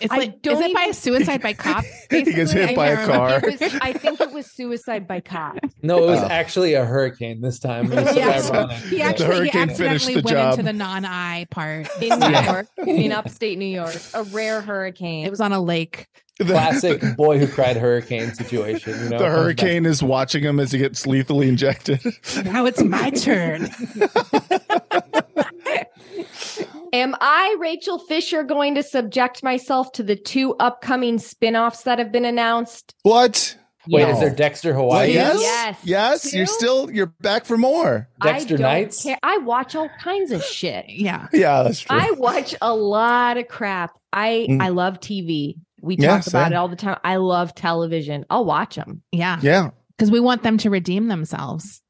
S2: It's
S1: I
S2: like, is
S1: don't
S2: it by
S1: even-
S2: suicide by cop?
S3: He gets
S2: basically?
S3: hit
S2: I
S3: by a
S2: can't remember.
S3: car.
S1: It was, I think it was suicide by cop.
S4: No, it was
S3: Oh.
S4: actually a hurricane this time. It was so
S2: Yeah.
S4: ironic.
S2: He
S4: Yeah.
S2: actually, he
S3: hurricane
S2: accidentally
S3: finished the
S2: went
S3: job.
S2: into the non-eye part.
S1: in New
S4: Yeah.
S1: York, in upstate New York, a rare hurricane.
S2: It was on a lake.
S3: The-
S4: classic boy who cried hurricane situation. You know,
S3: The hurricane is watching him as he gets lethally injected.
S2: Now it's my turn.
S1: Am I, Rachel Fisher, going to subject myself to the two upcoming spin-offs that have been announced?
S3: what?
S4: Wait,
S3: Yes.
S4: is there Dexter Hawaii?
S3: yes,
S1: Yes.
S3: yes, You're
S1: Two?
S3: still you're back for more.
S4: Dexter
S1: I don't
S4: Nights?
S1: care. I watch all kinds of shit.
S2: Yeah.
S3: Yeah, that's true.
S1: I watch a lot of crap. I
S3: Mm.
S1: I love TV. We
S3: Yeah,
S1: talk about
S3: same.
S1: it all the time. I love television. I'll watch them.
S2: Yeah.
S3: yeah,
S2: Because we want them to redeem themselves.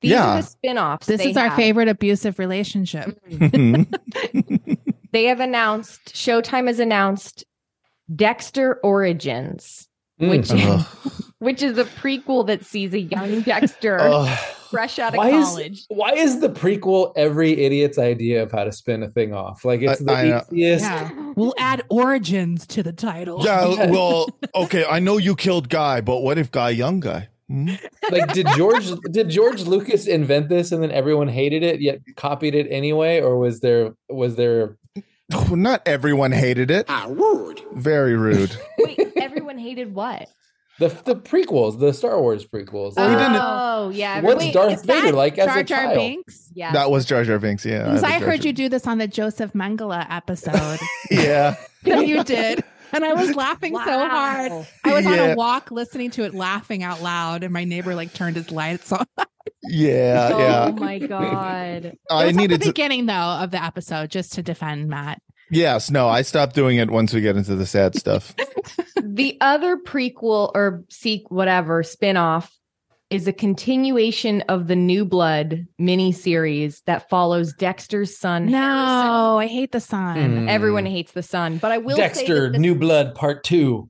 S1: These are
S3: Yeah.
S1: the spin-offs.
S2: This
S1: they
S2: is our
S1: have.
S2: favorite abusive relationship.
S3: Mm-hmm.
S1: They have announced Showtime has announced Dexter Origins.
S4: Mm.
S1: which
S3: Ugh.
S1: which is a prequel that sees a young Dexter
S3: Ugh.
S1: fresh out of
S4: Why
S1: college.
S4: is why is the prequel every idiot's idea of how to spin a thing off? Like it's
S3: I-
S4: the
S3: I know.
S4: easiest.
S2: Yeah. We'll add origins to the title.
S3: yeah. Well, okay. I know you killed Guy, but what if Guy young guy? Hmm?
S4: Like did George did George Lucas invent this and then everyone hated it yet copied it anyway, or was there was there
S3: Not everyone hated it.
S5: How rude.
S3: Very rude.
S1: Wait, everyone hated what?
S4: the the prequels, the Star Wars prequels?
S3: Well, he
S4: Like,
S3: didn't-
S1: Oh yeah,
S4: What's
S1: everyone-
S4: Darth
S2: is that
S4: Vader like as
S2: Jar
S4: a
S2: Jar
S4: child?
S2: Binks?
S1: yeah.
S3: That was Jar Jar Binks. Yeah,
S2: Because
S3: the
S2: I
S3: Jar
S2: heard
S3: Jar-
S2: you do this on the Joseph Mengele episode.
S3: Yeah,
S2: no, you did. And I was laughing so
S1: Wow.
S2: hard. I was on
S3: Yeah.
S2: a walk listening to it laughing out loud, and my neighbor like turned his lights on.
S4: Uh,
S3: yeah,
S1: oh
S3: yeah.
S1: my god.
S2: It
S3: I
S2: was at
S3: needed
S2: the
S3: to.
S2: beginning though of the episode just to defend Matt.
S3: Yes, no, I stopped doing it once we get into the sad stuff.
S1: the other prequel or seek whatever spinoff is a continuation of the New Blood miniseries that follows Dexter's son. Harrison.
S2: No, I hate the sign.
S1: Everyone hates the son, but I will say
S4: Hmm. Dexter,
S1: that this-
S4: New Blood Part Two.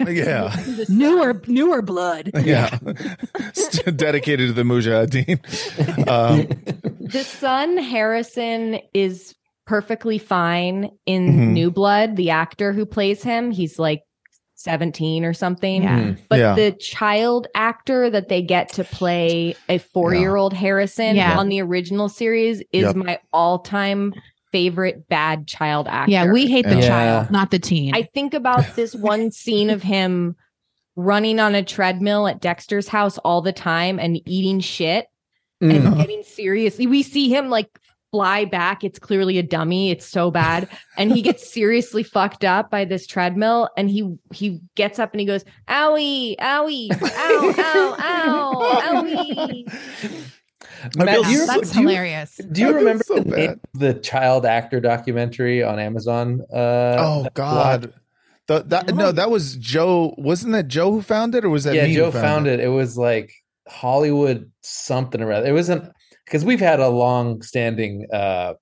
S3: yeah.
S1: the son-
S2: Newer, newer blood.
S3: Yeah. Dedicated to the Mujahideen. Um,
S1: the son Harrison is perfectly fine in
S4: Mm-hmm.
S3: Mhm.
S1: New Blood. The actor who plays him, he's like 17 or something.
S2: Yeah.
S4: Hmm.
S1: But
S3: Yeah.
S1: the child actor that they get to play a four year old Harrison
S2: Yeah.
S1: on the original series is
S3: Yep.
S1: my all time favorite bad child actor.
S2: Yeah, we hate the
S4: Yeah.
S2: child, not the teen.
S1: I think about this one scene of him running on a treadmill at Dexter's house all the time and eating shit
S4: Hmm.
S3: Mm.
S1: and getting seriously. We see him like fly back. It's clearly a dummy. It's so bad. And he gets seriously fucked up by this treadmill. And he he gets up and he goes, owie, owie, ow, ow, ow, owie.
S4: Matt,
S3: feel
S4: do you-
S2: Yeah, that's
S4: do you-
S2: hilarious.
S4: Do you
S3: That is
S4: remember
S3: so
S4: the, name
S3: bad.
S4: of the child actor documentary on Amazon? Uh,
S3: oh,
S4: that-
S3: God. The, that, no, that was Joe. Wasn't that Joe who found it, or was that
S4: yeah,
S3: me who
S4: Joe found it. It was like Hollywood something or other. It wasn't because we've had a long standing uh,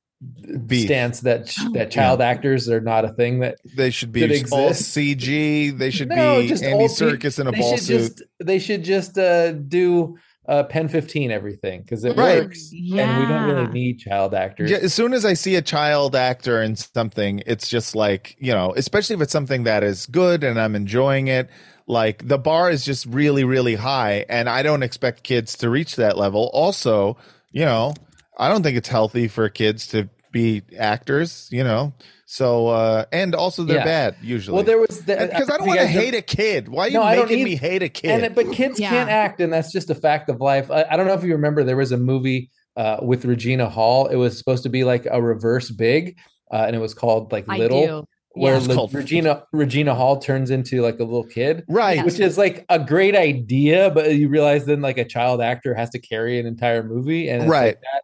S3: Beef.
S4: stance that ch- that child actors are not a thing that
S3: They should be
S4: Did it
S3: all
S4: exist?
S3: CG. They should
S4: No,
S3: be
S4: just
S3: Andy
S4: old pe-
S3: Circus in a
S4: they
S3: ball
S4: should
S3: suit.
S4: just they should just uh, do uh, pen fifteen everything because it
S3: Right.
S4: works and we don't really
S2: Yeah.
S4: need child actors.
S3: Yeah, as soon as I see a child actor in something, it's just like, you know, especially if it's something that is good and I'm enjoying it, like the bar is just really, really high. And I don't expect kids to reach that level. Also, you know, I don't think it's healthy for kids to be actors, you know. So, uh, and also they're
S4: Yeah.
S3: bad usually.
S4: Well, there was the,
S3: because I don't want to hate a kid. Why are you
S4: No, I don't
S3: making
S4: either.
S3: me hate a kid?
S4: And it- but kids
S2: Yeah.
S4: can't act, and that's just a fact of life. I, I don't know if you remember, there was a movie uh, with Regina Hall. It was supposed to be like a reverse big, uh, and it was called like
S1: I
S4: Little,
S1: do.
S4: where
S3: It's
S4: Le-
S3: called-
S4: Regina Regina Hall turns into like a little kid.
S3: right.
S4: Which is like a great idea, but you realize then like a child actor has to carry an entire movie, and it's like
S3: Right.
S4: that.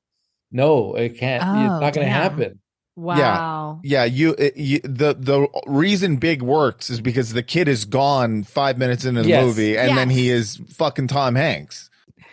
S4: No, it can't.
S2: Oh,
S4: it's not going to
S2: damn.
S4: happen.
S1: Wow.
S3: Yeah, you, it, you the the reason Big works is because the kid is gone five minutes into the
S4: Yes.
S3: movie, and then he
S2: Yes.
S3: is fucking Tom Hanks.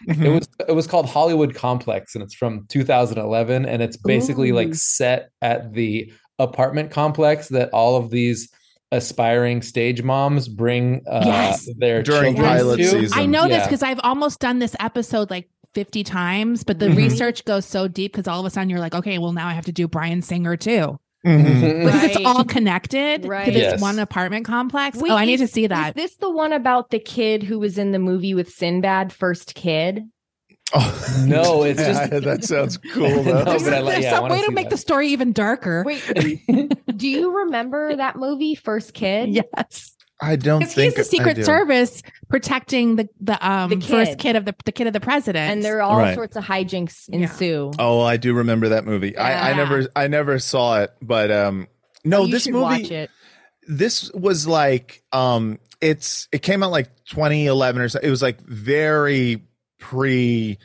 S4: It
S2: Mm-hmm.
S4: was it was called Hollywood Complex, and it's from 2011, and it's basically
S1: Ooh.
S4: like set at the apartment complex that all of these aspiring stage moms bring uh,
S2: Yes.
S4: their
S3: During
S4: children
S2: pilot
S4: to.
S3: season.
S2: I know this
S4: Yeah.
S2: because I've almost done this episode like 50 times, but the
S4: Mm-hmm.
S1: Mhm.
S2: research goes so deep because all of a sudden you're like, okay, well, now I have to do Brian Singer too.
S4: Mhm.
S2: Because
S1: Right.
S2: it's all connected
S1: Right.
S2: to this
S4: Yes.
S2: one apartment complex.
S1: Wait,
S2: oh, I need
S1: is-
S2: to see
S1: Is
S2: that.
S1: this the one about the kid who was in the movie with Sinbad, first kid?
S3: Oh.
S4: No, it's just-
S3: that sounds cool.
S4: No,
S3: Though.
S4: Oh, but
S2: There's,
S4: I like-
S2: there's
S4: yeah, I
S2: some
S4: wanna
S2: way to
S4: see
S2: make
S4: that.
S2: the story even darker.
S1: Wait, do you remember that movie, First Kid?
S2: Yes.
S3: I don't
S2: Because he's
S3: think
S2: the
S3: I do.
S2: Secret Service protecting the the um
S1: The
S2: first
S1: kid.
S2: kid of the the kid of the president.
S1: And there are all
S3: Right.
S1: sorts of hijinks
S2: Yeah.
S1: ensue.
S3: Oh, I do remember that movie. I, I
S2: Yeah. Oh,
S3: never I never saw it, but um, no,
S1: You
S3: this
S1: should
S3: movie.
S1: Watch it.
S3: this was like um it's it came out like 2011 or so it was like very pre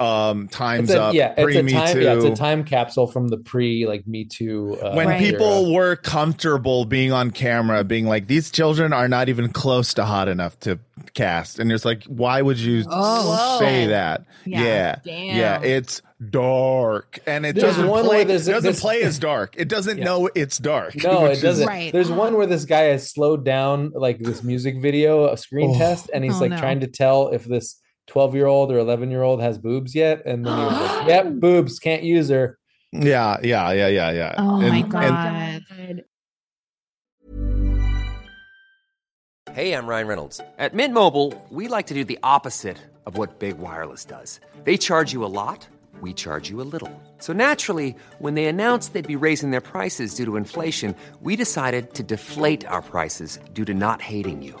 S3: um times
S4: It's a,
S3: up
S4: yeah, it's
S3: pre
S4: a
S3: me
S4: time,
S3: too
S4: yeah, it's a time capsule from the pre like Me Too. Uh,
S3: when
S2: Right.
S3: people
S4: era.
S3: were comfortable being on camera being like these children are not even close to hot enough to cast and it's like why would you
S2: Oh,
S3: say
S2: shit.
S3: that
S2: Yeah.
S3: yeah
S1: Damn.
S3: yeah, it's dark and it
S4: There's
S3: doesn't
S4: one
S3: play
S4: where there's-
S3: doesn't
S4: there's-
S3: play as dark it doesn't
S4: Yeah.
S3: know it's dark
S4: No,
S3: which
S4: it
S3: is-
S4: doesn't.
S2: Right. Uh-huh.
S4: There's one where this guy has slowed down like this music video, a screen
S3: Oh.
S4: test, and he's
S2: Oh,
S4: like
S2: no.
S4: trying to tell if this 12 year old or 11 year old has boobs yet. And then he was like, yep, boobs, can't use her.
S3: yeah yeah yeah yeah yeah
S2: Oh my
S3: And- and-
S2: God.
S6: Hey, I'm Ryan Reynolds. At Mint Mobile, we like to do the opposite of what Big Wireless does. They charge you a lot, we charge you a little. So naturally, when they announced they'd be raising their prices due to inflation, we decided to deflate our prices due to not hating you.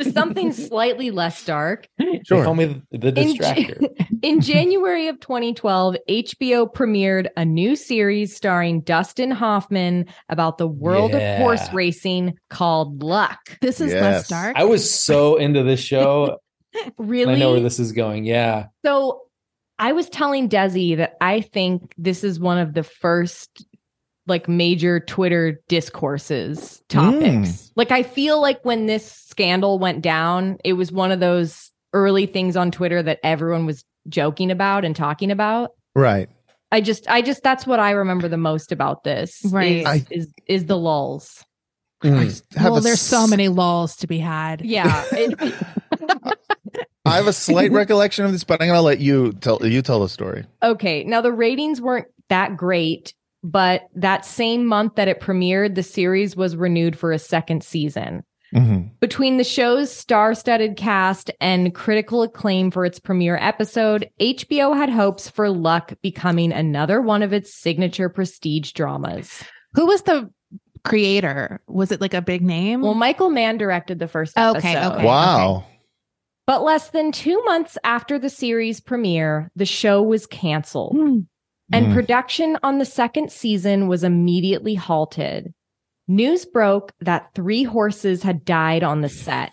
S1: Just something slightly less dark.
S3: Sure.
S4: They call me the
S1: In,
S4: distractor.
S1: in January of 2012, HBO premiered a new series starring Dustin Hoffman about the world
S4: Yeah.
S1: of horse racing called Luck.
S2: This is
S3: Yes.
S2: less dark.
S4: I was so into this show. and
S1: Really?
S4: I know where this is going. Yeah.
S1: So I was telling Desi that I think this is one of the first like major Twitter discourses topics. Like I feel like when this scandal went down, it was one of those early things on Twitter that everyone was joking about and talking about.
S3: Right.
S1: I just I just that's what I remember the most about this.
S2: Right.
S1: Is
S3: I-
S1: is, is the lulls.
S3: I have
S2: well,
S3: a
S2: there's so
S3: s-
S2: many lulls to be had.
S1: Yeah. it-
S3: I have a slight recollection of this, but I'm going to let you tell you tell the story.
S1: Okay. Now the ratings weren't that great, but that same month that it premiered, the series was renewed for a second season.
S3: Mhm.
S1: Between the show's star studded cast and critical acclaim for its premiere episode, HBO had hopes for Luck becoming another one of its signature prestige dramas.
S2: Who was the creator? Was it like a big name?
S1: Well, Michael Mann directed the first episode.
S2: Hmm. Okay, okay.
S3: Wow.
S1: But less than two months after the series premiere, the show was canceled.
S2: Hmm.
S1: and
S3: Mm.
S1: production on the second season was immediately halted. News broke that three horses had died on the set.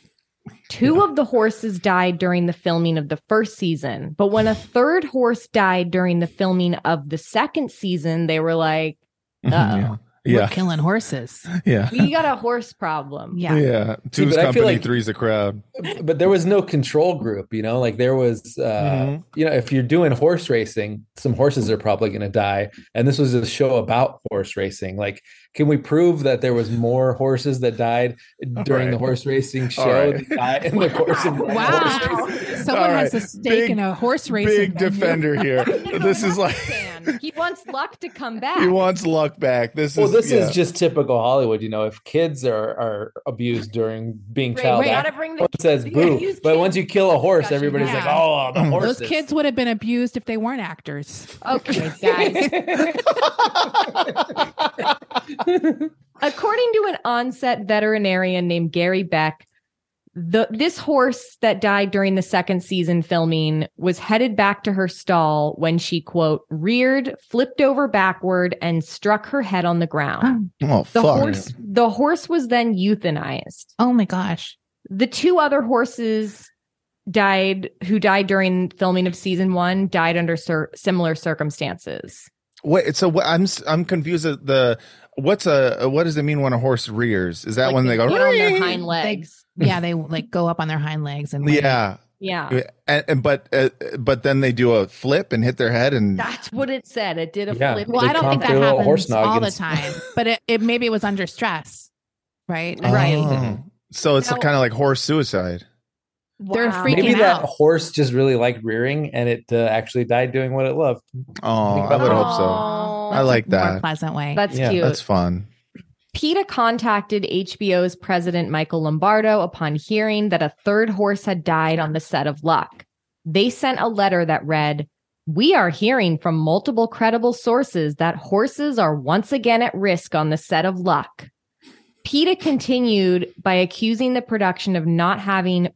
S1: Two of the horses died during the filming of the first season, but when a third horse died during the filming of the second season, they were like, Uh-oh.
S2: We're
S3: Mm-hmm. Yeah.
S2: killing horses.
S3: Yeah.
S1: "We got a horse problem."
S2: Yeah.
S3: Yeah. Two's
S4: but I feel
S3: company,
S4: like-
S3: three's a crowd.
S4: But there was no control group, you know, like there was, uh,
S3: Mhm.
S4: you know, if you're doing horse racing, some horses are probably going to die. And this was a show about horse racing. Like, can we prove that there was more horses that died during
S3: right.
S4: the horse racing
S3: All
S4: show
S3: right.
S4: than died in the course of
S2: Wow. Someone
S3: All
S2: has a
S3: right.
S2: stake
S3: Big-
S2: in a horse race.
S3: Big defender here. this is like
S1: he wants luck to come back.
S3: he wants luck back. This
S4: Well,
S3: is
S4: this
S3: yeah.
S4: is just typical Hollywood, you know. If kids are, are abused during being
S1: Right,
S4: child
S1: we gotta
S4: actors,
S1: bring the
S4: everyone says
S1: kids-
S4: boo.
S1: use
S4: But
S1: kids
S4: once you kill a horse,
S1: discussion.
S4: everybody's
S2: Yeah.
S4: like, oh, the
S2: Those
S4: horses.
S2: kids would have been abused if they weren't actors.
S1: Okay, guys. According to an onset veterinarian named Gary Beck, the this horse that died during the second season filming was headed back to her stall when she quote reared, flipped over backward, and struck her head on the ground.
S3: oh
S1: The
S3: fuck.
S1: horse the horse was then euthanized.
S2: Oh my gosh.
S1: The two other horses died who died during filming of season one died under cir- similar circumstances.
S3: Wait, so what, I'm s- I'm confused. At the what's a what does it mean when a horse rears? Is that when they go?
S1: get on their hind
S3: "Ree!"
S1: legs?
S2: Yeah, they like go up on their hind legs and like,
S3: Yeah,
S1: Yeah.
S3: and, and but uh, but then they do a flip and hit their head and
S1: That's what it said. It did a
S4: Yeah.
S1: flip.
S2: Well,
S4: They
S2: I don't think
S4: conk their
S2: that
S4: little
S2: happens
S4: horse
S2: all the
S4: noggins.
S2: time, but it, it maybe it was under stress, right?
S1: Right.
S3: Oh. So it's
S1: Now-
S3: kind of like horse suicide.
S2: They're
S1: Wow.
S2: freaking
S4: Maybe that
S2: out.
S4: horse just really liked rearing, and it uh, actually died doing what it loved.
S3: Oh, I would hope so.
S1: Aw.
S3: I like
S2: More
S3: that.
S2: pleasant way.
S1: That's
S4: Yeah.
S1: cute.
S3: That's fun.
S1: PETA contacted HBO's president Michael Lombardo upon hearing that a third horse had died on the set of Luck. They sent a letter that read, We are hearing from multiple credible sources that horses are once again at risk on the set of Luck. PETA continued by accusing the production of not having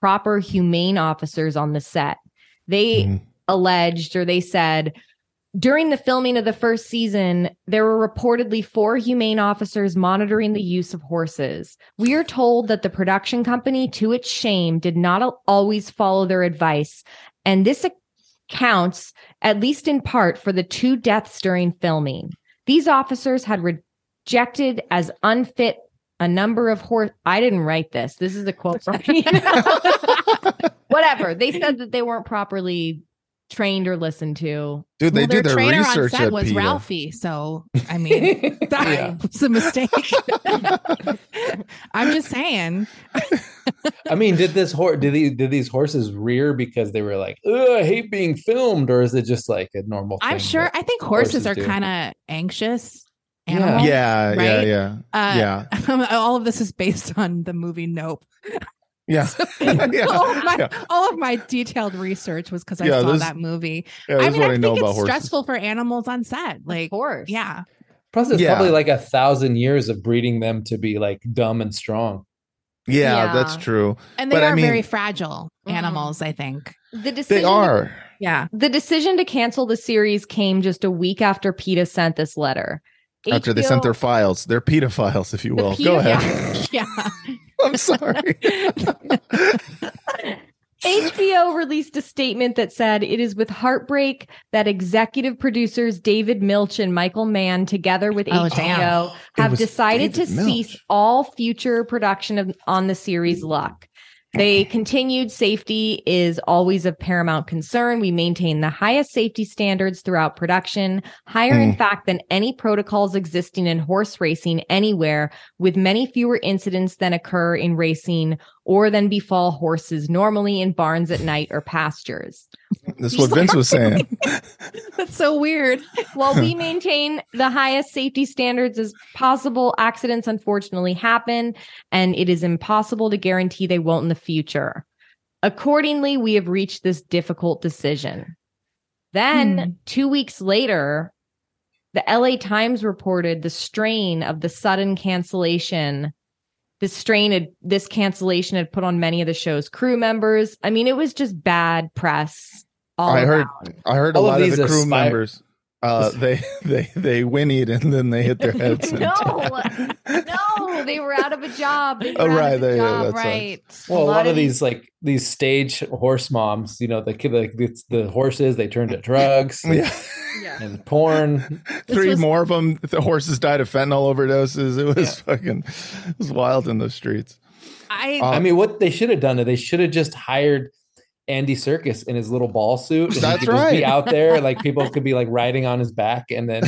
S1: proper humane officers on the set. They
S3: Mm.
S1: alleged or they said during the filming of the first season, there were reportedly four humane officers monitoring the use of horses. We are told that the production company, to its shame, did not al- always follow their advice. And this accounts, at least in part, for the two deaths during filming. These officers had rejected as unfit a number of horse. I didn't write this. This is a quote from me. Whatever. They said that they weren't properly trained or listened to.
S3: Dude, they
S2: Well,
S3: do their
S2: trainer
S3: research
S2: on set
S3: at
S2: was
S3: PETA.
S2: Ralphie, so I mean that
S4: Yeah.
S2: was a mistake. I'm just saying.
S4: I mean, did this horse did these did these horses rear because they were like, Ugh, I hate being filmed, or is it just like a normal?
S2: I'm
S4: thing
S2: sure
S4: that-
S2: I think horses,
S4: horses
S2: are
S4: do.
S2: kind of anxious
S4: Yeah.
S2: animals.
S3: Yeah, yeah,
S2: Right?
S3: yeah,
S2: Uh,
S3: yeah,
S2: all of this is based on the movie Nope.
S3: yeah, yeah.
S2: all, of Oh my,
S3: yeah.
S2: all of my detailed research was because I
S3: Yeah,
S2: saw
S3: this-
S2: that movie.
S3: Yeah, this
S2: I
S3: is
S2: mean,
S3: what
S2: I,
S3: I
S2: think
S3: know
S2: it's
S3: about horses.
S2: stressful for animals on set. Like,
S1: of course.
S2: yeah,
S4: Plus, it's
S3: Yeah.
S4: probably like a thousand years of breeding them to be like dumb and strong.
S3: Yeah,
S1: Yeah.
S3: that's true.
S2: And they
S3: But I
S2: are
S3: mean-
S2: very fragile
S1: Mhm.
S2: animals, I think.
S1: The decision
S3: They are.
S2: Yeah.
S1: The decision to cancel the series came just a week after PETA sent this letter.
S3: After they
S1: HBO
S3: sent their files, their PETA files, if you
S1: The
S3: will.
S1: PETA
S3: Go ahead.
S2: Yeah.
S3: I'm sorry.
S1: HBO released a statement that said it is with heartbreak that executive producers David Milch and Michael Mann, together with
S2: Oh,
S1: HBO,
S2: damn.
S3: It
S1: have
S3: was
S1: decided
S3: David
S1: to
S3: Milch. Mm.
S1: cease all future production of, on the series Luck. They continued safety is always of paramount concern. We maintain the highest safety standards throughout production, higher in fact than any protocols existing in horse racing anywhere, with many fewer incidents than occur in racing or than befall horses normally in barns at night or pastures.
S3: That's what Vince was saying.
S2: That's so weird.
S1: While we maintain the highest safety standards as possible, accidents unfortunately happen, and it is impossible to guarantee they won't in the future. Accordingly, we have reached this difficult decision. Then,
S2: Hmm.
S1: two weeks later, the LA Times reported the strain of the sudden cancellation. This strain had, this cancellation had put on many of the show's crew members. I mean, it was just bad press. All
S3: I heard-
S1: around.
S3: I heard a
S4: All of
S3: lot of,
S4: these
S3: the crew
S4: aspire-
S3: members. Uh, they they they whinnied and then they hit their heads. and-
S1: No, no, they were out of a job. They were
S3: Oh,
S1: out
S3: right,
S1: of a
S3: they- yeah,
S1: job.
S3: that's
S1: right.
S4: Well, a lot, of these like these stage horse moms, you know, the kid like it's the horses they turn to drugs and,
S3: Yeah.
S4: and porn.
S3: Three
S2: was-
S3: more of them. The horses died of fentanyl overdoses. It was fucking. It was wild in the streets.
S2: I
S3: Uh,
S4: I mean, what they should have done, they should have just hired Andy Circus in his little ball suit. And he
S3: That's
S4: could just
S3: right.
S4: Be out there, like people could be like riding on his back, and then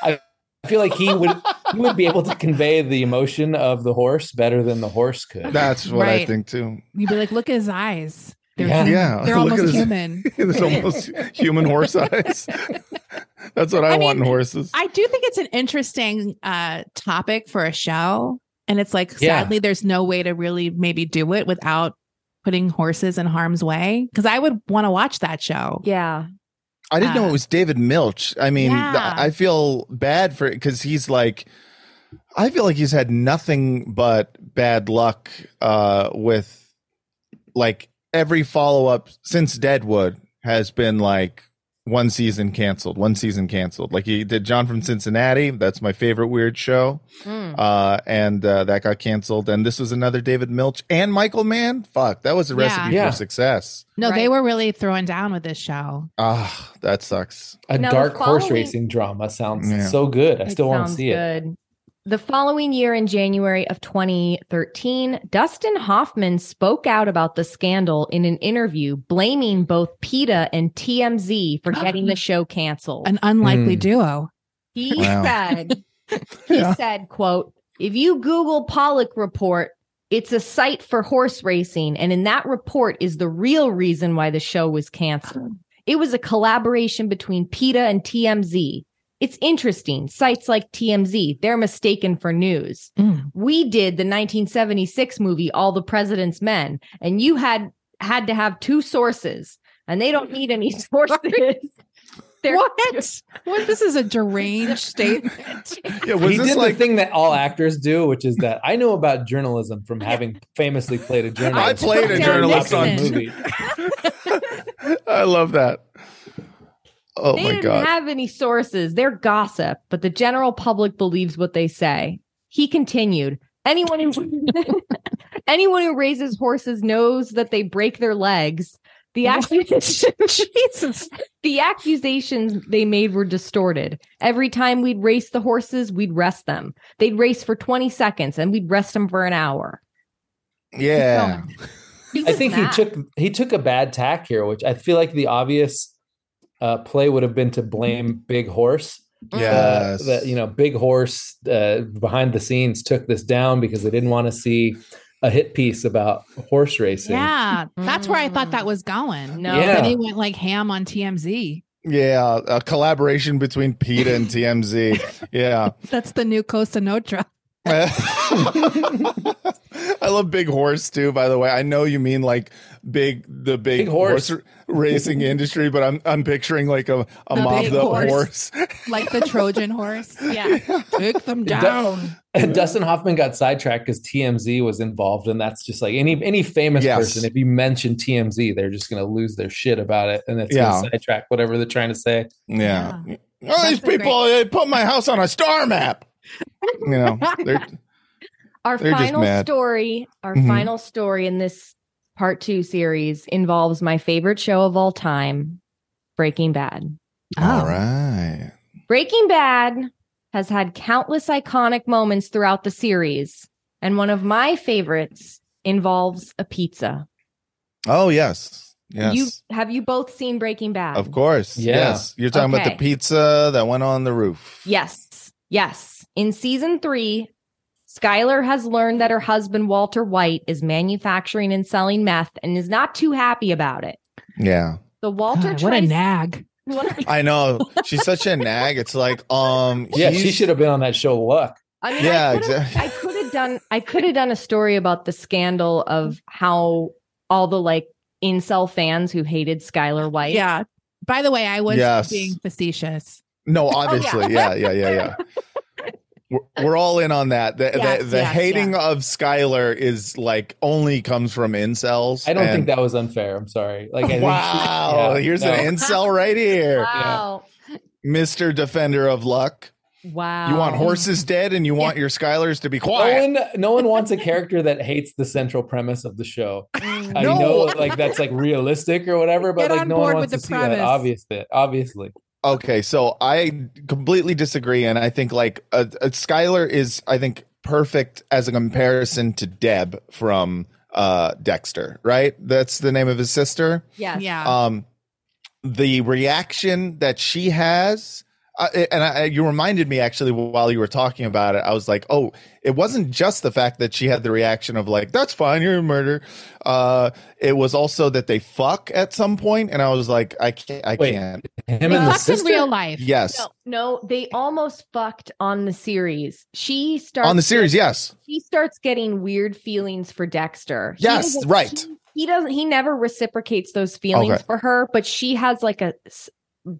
S4: I I feel like he would he would be able to convey the emotion of the horse better than the horse could.
S3: That's what I
S2: Right.
S3: think too.
S2: you'd be like, look at his eyes. They're
S4: Yeah.
S2: human. They're
S3: Yeah, look at
S2: almost
S3: his-
S2: human.
S3: There's almost human horse eyes. That's what I,
S2: I
S3: want in
S2: mean,
S3: horses.
S2: I do think it's an interesting uh topic for a show. And it's like
S4: Yeah.
S2: sadly there's no way to really maybe do it without putting horses in harm's way. Cause I would want to watch that show.
S1: Yeah.
S3: I didn't know
S2: Uh,
S3: it was David Milch. I mean, th-
S2: Yeah.
S3: I feel bad for because he's like, I feel like he's had nothing but bad luck uh, with like every follow up since Deadwood has been like one season canceled, one season canceled. Like he did John from Cincinnati. That's my favorite weird show.
S1: Mm.
S3: Uh, and uh, that got canceled. And this was another David Milch and Michael Mann. Fuck, that was a
S2: Yeah.
S3: recipe
S4: Yeah.
S3: for success.
S2: No, they
S1: Right.
S2: were really throwing down with this show.
S3: Ah, that sucks.
S4: A
S1: Now, the
S4: dark horse
S1: following-
S4: racing drama sounds
S3: Yeah.
S4: so good. I
S1: It
S4: still want to
S1: sounds
S4: see it.
S1: good. The following year, in January of 2013, Dustin Hoffman spoke out about the scandal in an interview, blaming both PETA and TMZ for getting the show canceled.
S2: An unlikely
S4: Mm.
S2: duo.
S1: He
S3: Wow.
S1: said, he
S3: Yeah.
S1: said, quote, if you Google Pollock report, it's a site for horse racing. And in that report is the real reason why the show was canceled. It was a collaboration between PETA and TMZ. It's interesting. Sites like TMZ, they're mistaken for news.
S2: Mm.
S1: We did the 1976 movie, All the President's Men, and you had had to have two sources and they don't need any sources. They're-
S2: What? What? This is a deranged statement.
S3: Yeah, was
S4: he
S3: this
S4: did
S3: like
S4: the thing that all actors do, which is that I know about journalism from having famously played a journalist.
S3: I played a
S1: Down
S3: journalist on
S1: Nixon.
S3: movie. I love that. Oh
S1: they
S3: my
S1: didn't
S3: god.
S1: have any sources. They're gossip, but the general public believes what they say. He continued, anyone who anyone who raises horses knows that they break their legs. The accusations, Jesus. the accusations they made were distorted. Every time we'd race the horses, we'd rest them. They'd race for 20 seconds and we'd rest them for an hour.
S3: yeah.
S4: I think he
S1: That.
S4: took he took a bad tack here, which I feel like the obvious uh, play would have been to blame Big Horse.
S3: Yes.
S4: Uh, that you know, Big Horse uh, behind the scenes took this down because they didn't want to see a hit piece about horse racing.
S2: yeah. That's where I thought that was going.
S1: No.
S4: Yeah.
S2: And he went like ham on TMZ.
S3: Yeah, a collaboration between PETA and TMZ. Yeah.
S2: That's the new Cosa Nostra.
S3: I I love big horse too. By the way, I know you mean like big the big,
S4: Big horse.
S3: r- racing industry, but I'm I'm picturing like a, a
S2: The
S3: mobbed
S2: big
S3: up horse.
S2: horse. like the Trojan horse. Yeah. Take them
S4: It does-
S2: down.
S4: Dustin Hoffman got sidetracked because TMZ was involved, and that's just like any any famous
S3: Yes.
S4: person. If you mention TMZ, they're just going to lose their shit about it, and it's
S3: Yeah.
S4: going to sidetrack whatever they're trying to say.
S3: yeah.
S2: That's
S3: Oh, these
S2: a great-
S3: people they put my house on a star map. You know, they're
S1: Our
S3: They're just
S1: final
S3: mad.
S1: story, our
S3: Mhm.
S1: final story in this part two series involves my favorite show of all time, Breaking Bad.
S7: Oh.
S3: all right.
S1: Breaking Bad has had countless iconic moments throughout the series, and one of my favorites involves a pizza.
S3: Oh yes, yes.
S1: You have you both seen Breaking Bad?
S3: of course.
S4: Yeah.
S3: Yes. You're talking about
S1: Okay.
S3: the pizza that went on the roof.
S1: Yes. Yes. In season three, Skylar has learned that her husband, Walter White, is manufacturing and selling meth and is not too happy about it.
S3: Yeah.
S1: So Walter
S2: God, what a
S1: tries
S2: nag.
S3: I know. She's such a nag. It's like, um
S4: Yeah, she
S3: he's-
S4: should have been on that show. Luck.
S1: I mean,
S3: Yeah,
S1: I could have
S3: exactly.
S1: done I could have done a story about the scandal of how all the like incel fans who hated Skylar White.
S2: Yeah. By the way, I was
S3: Yes.
S2: being facetious.
S3: No, obviously. yeah. yeah, yeah, yeah, We're, we're all in on that. The,
S2: Yes,
S3: the, the
S2: yes,
S3: hating of Skylar is like only comes from incels.
S4: I don't think
S3: and-
S4: that was unfair. I'm sorry. Like, I think she-
S3: wow,
S4: yeah,
S3: here's
S4: no.
S3: an incel right here,
S1: Wow.
S3: Mister Defender of Luck.
S1: Wow.
S3: You want horses dead, and you want your Skylars to be quiet.
S4: No one, no one wants a character that hates the central premise of the show. I
S3: Mm. No.
S4: know, like that's like realistic or whatever, but
S2: Get
S4: like
S2: on
S4: no one
S2: board
S4: wants
S2: with the
S4: to see
S2: premise.
S4: that. Obviously, obviously,
S3: Okay, so I completely disagree, and I think like uh, uh, Skylar is, I think, perfect as a comparison to Deb from uh, Dexter. Right, that's the name of his sister.
S1: Yes.
S2: Yeah.
S4: Uh-huh.
S3: Um, the reaction that she has, uh, and I, you reminded me actually while you were talking about it, I was like, oh, it wasn't just the fact that she had the reaction of like, that's fine, you're a murder. Uh, it was also that they fuck at some point, and I was like, I can't, I
S4: Wait.
S3: can't.
S4: him
S2: they
S4: and the
S2: fucked in
S4: sister.
S2: real life.
S3: Yes.
S1: No, no, they almost fucked on the series. She starts
S3: on the series yes
S1: she starts getting weird feelings for Dexter. He
S3: Yes,
S1: doesn't-
S3: right.
S1: He, he doesn't. He never reciprocates those feelings
S3: Okay.
S1: for her, but she has like a s-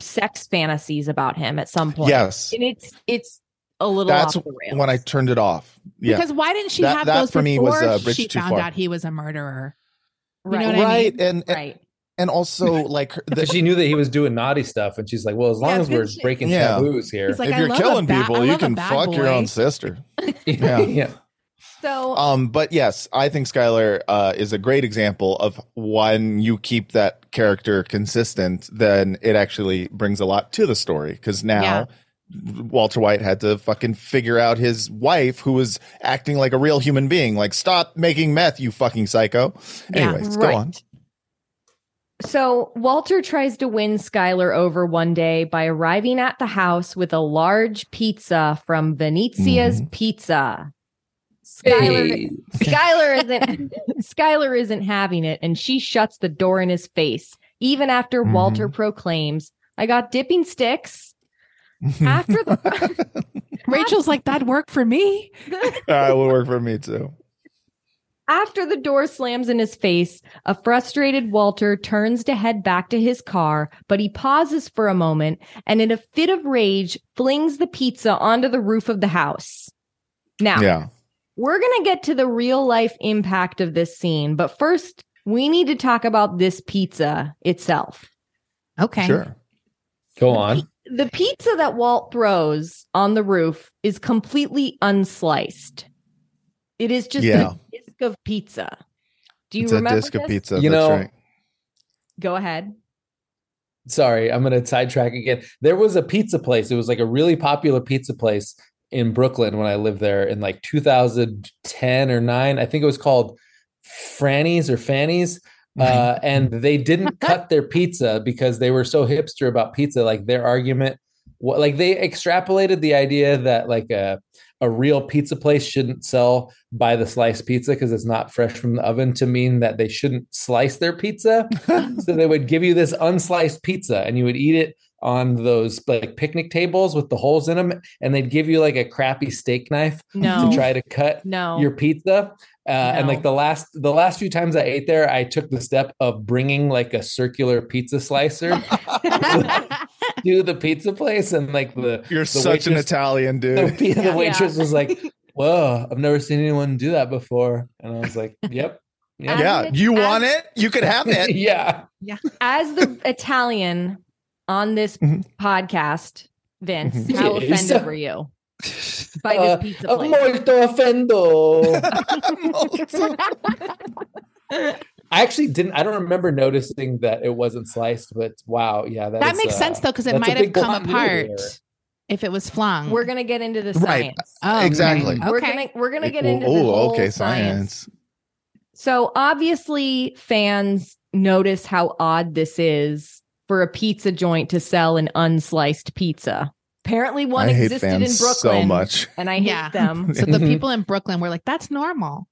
S1: sex fantasies about him at some point.
S3: yes
S1: and it's it's a little.
S3: that's
S1: off the rails.
S3: when i turned it off yeah
S2: Because why didn't she
S3: That-
S2: have
S3: that
S2: those
S3: for me was,
S2: before
S3: uh, Rich
S2: she
S3: Too
S2: found
S3: Far.
S2: out he was a murderer?
S1: right,
S2: know what I mean?
S3: right and, and
S1: right.
S3: and also like her- the,
S4: Because she knew that he was doing naughty stuff, and she's like, "Well, as long
S2: Yeah,
S4: as we're
S2: bitch.
S4: breaking
S3: Yeah.
S4: taboos here,
S2: He's like,
S3: if
S2: I
S3: you're
S2: love a
S3: killing
S2: ba- I
S3: people you
S2: love a
S3: can
S2: bad
S3: fuck your
S2: boy.
S3: own sister
S4: yeah.
S1: So
S3: um but yes i think skylar uh is a great example of when you keep that character consistent then it actually brings a lot to the story because now
S2: Yeah.
S3: Walter White had to fucking figure out his wife who was acting like a real human being. Like, stop making meth, you fucking psycho.
S2: Yeah.
S3: Anyways,
S1: Right.
S3: go on.
S1: So Walter tries to win Skylar over one day by arriving at the house with a large pizza from Venezia's
S3: Mm-hmm.
S1: Pizza. Skylar, Skylar isn't Skylar isn't having it, and she shuts the door in his face. Even after Walter
S3: Mm-hmm.
S1: proclaims, "I got dipping sticks." After the
S2: Rachel's like, that'd work for me.
S3: All right, will Uh, work for me too.
S1: After the door slams in his face, a frustrated Walter turns to head back to his car, but he pauses for a moment and, in a fit of rage, flings the pizza onto the roof of the house. Now,
S3: Yeah.
S1: we're going to get to the real life impact of this scene, but first, we need to talk about this pizza itself.
S2: Okay.
S3: Sure.
S4: Go on.
S1: The pizza that Walt throws on the roof is completely unsliced. It is just a
S3: Yeah.
S1: disc of pizza. Do you
S3: it's
S1: remember
S3: a disc of
S1: this?
S3: pizza.
S4: You
S3: that's
S4: know-
S3: right.
S1: Go ahead.
S4: Sorry, I'm going to sidetrack again. There was a pizza place. It was like a really popular pizza place in Brooklyn when I lived there in like 2010 or nine. I think it was called Franny's or Fanny's. Uh, and they didn't cut their pizza because they were so hipster about pizza. Like their argument, wa- like they extrapolated the idea that like a a real pizza place shouldn't sell by the sliced pizza because it's not fresh from the oven to mean that they shouldn't slice their pizza. so they would give you this unsliced pizza and you would eat it on those like picnic tables with the holes in them, and they'd give you like a crappy steak knife
S2: No.
S1: Oh.
S4: to try to cut
S2: No.
S4: your pizza. Uh, And
S2: No.
S4: like the last the last few times I ate there, I took the step of bringing like a circular pizza slicer to the pizza place, and like the
S3: You're
S4: the
S3: such an
S4: waitress-
S3: Italian dude.
S4: The, the
S2: Yeah.
S4: waitress was like, "Whoa, I've never seen anyone do that before," and I was like, "Yep, yeah,
S3: yeah, you
S1: As-
S3: want it? You could have it.
S4: yeah."
S1: As the Italian on this
S3: Mhm.
S1: podcast, Vince,
S3: Mhm.
S1: how
S4: Yes.
S1: offended were you by this
S4: Uh,
S1: pizza
S4: I'm
S1: place?
S4: molto offendo. I actually didn't. I don't remember noticing that it wasn't sliced, but wow, yeah,
S2: that
S4: is,
S2: makes
S4: uh,
S2: sense though, because it
S4: that's a
S2: might have
S4: big plot
S2: come apart
S4: there.
S2: if it was flung.
S1: We're gonna get into the
S3: Right. Uh,
S1: science.
S2: Oh, okay.
S3: Exactly.
S2: Okay.
S1: We're gonna we're gonna get
S3: Oh,
S1: into the
S3: oh,
S1: whole
S3: okay,
S1: science.
S3: science.
S1: So obviously, fans notice how odd this is for a pizza joint to sell an unsliced pizza. Apparently, one
S3: I hate
S1: existed in Brooklyn
S3: fans so much.
S1: and I hate
S2: Yeah.
S1: them.
S2: so the
S4: Mhm.
S2: people in Brooklyn were like, "That's normal."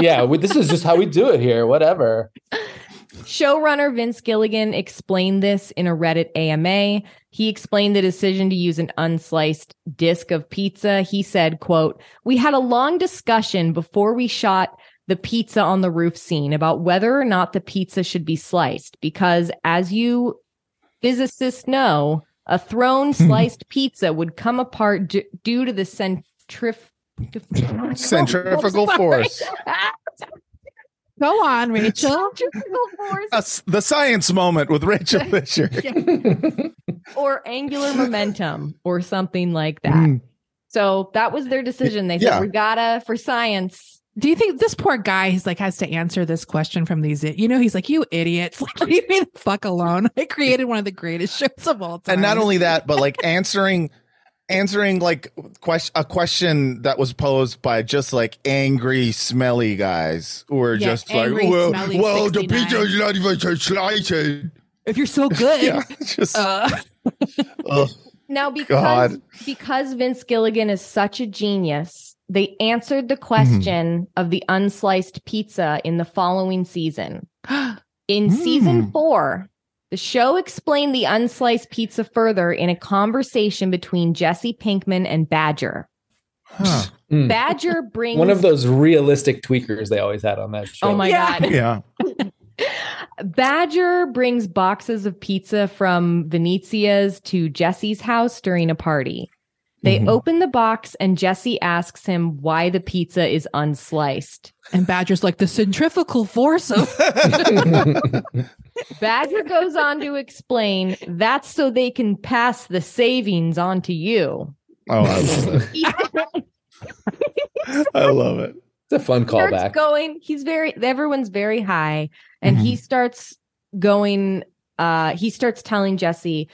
S4: yeah, well, this is just how we do it here. Whatever.
S1: Showrunner Vince Gilligan explained this in a Reddit AMA. He explained the decision to use an unsliced disc of pizza. He said, quote, "We had a long discussion before we shot the pizza on the roof scene about whether or not the pizza should be sliced because as you physicists know, a thrown sliced pizza would come apart d- due to the centrif
S3: Centrifugal force.
S2: Go on, Rachel.
S1: Centrifugal force
S3: That's the science moment with Rachel Fisher.
S1: or angular momentum or something like that.
S3: Mm.
S1: So that was their decision. They
S3: Yeah.
S1: said we gotta for science.
S2: Do you think this poor guy? He's like has to answer this question from these. i- You know, he's like, "You idiots! Like, leave me the fuck alone." I created one of the greatest shows of all time,
S3: and not only that but like answering answering like question a question that was posed by just like angry smelly guys who are
S2: Yeah,
S3: just
S2: angry,
S3: like well,
S2: smelly
S3: well the
S2: 69.
S3: pizza's not even sliced
S2: if you're so good.
S3: yeah just
S2: Uh,
S3: ugh.
S1: Now because
S3: God.
S1: because Vince Gilligan is such a genius, they answered
S3: Mm-hmm.
S1: the question of the unsliced pizza in the following season.
S3: Mm.
S1: In season four, the show explained the unsliced pizza further in a conversation between Jesse Pinkman and Badger.
S3: Huh.
S4: Mm.
S1: Badger brings
S4: One of those realistic tweakers they always had on that show.
S1: Oh my
S2: Yeah.
S1: god.
S3: yeah
S1: Badger brings boxes of pizza from Venezia's to Jesse's house during a party. They
S3: Mhm.
S1: open the box and Jesse asks him why the pizza is unsliced.
S2: and Badger's like the centrifugal force of
S1: Badger goes on to explain that's so they can pass the savings on to you.
S3: oh i love it i love it
S4: It's a fun
S1: starts
S4: callback.
S1: going. He's very everyone's very high, and he starts going. Uh, he starts telling Jesse,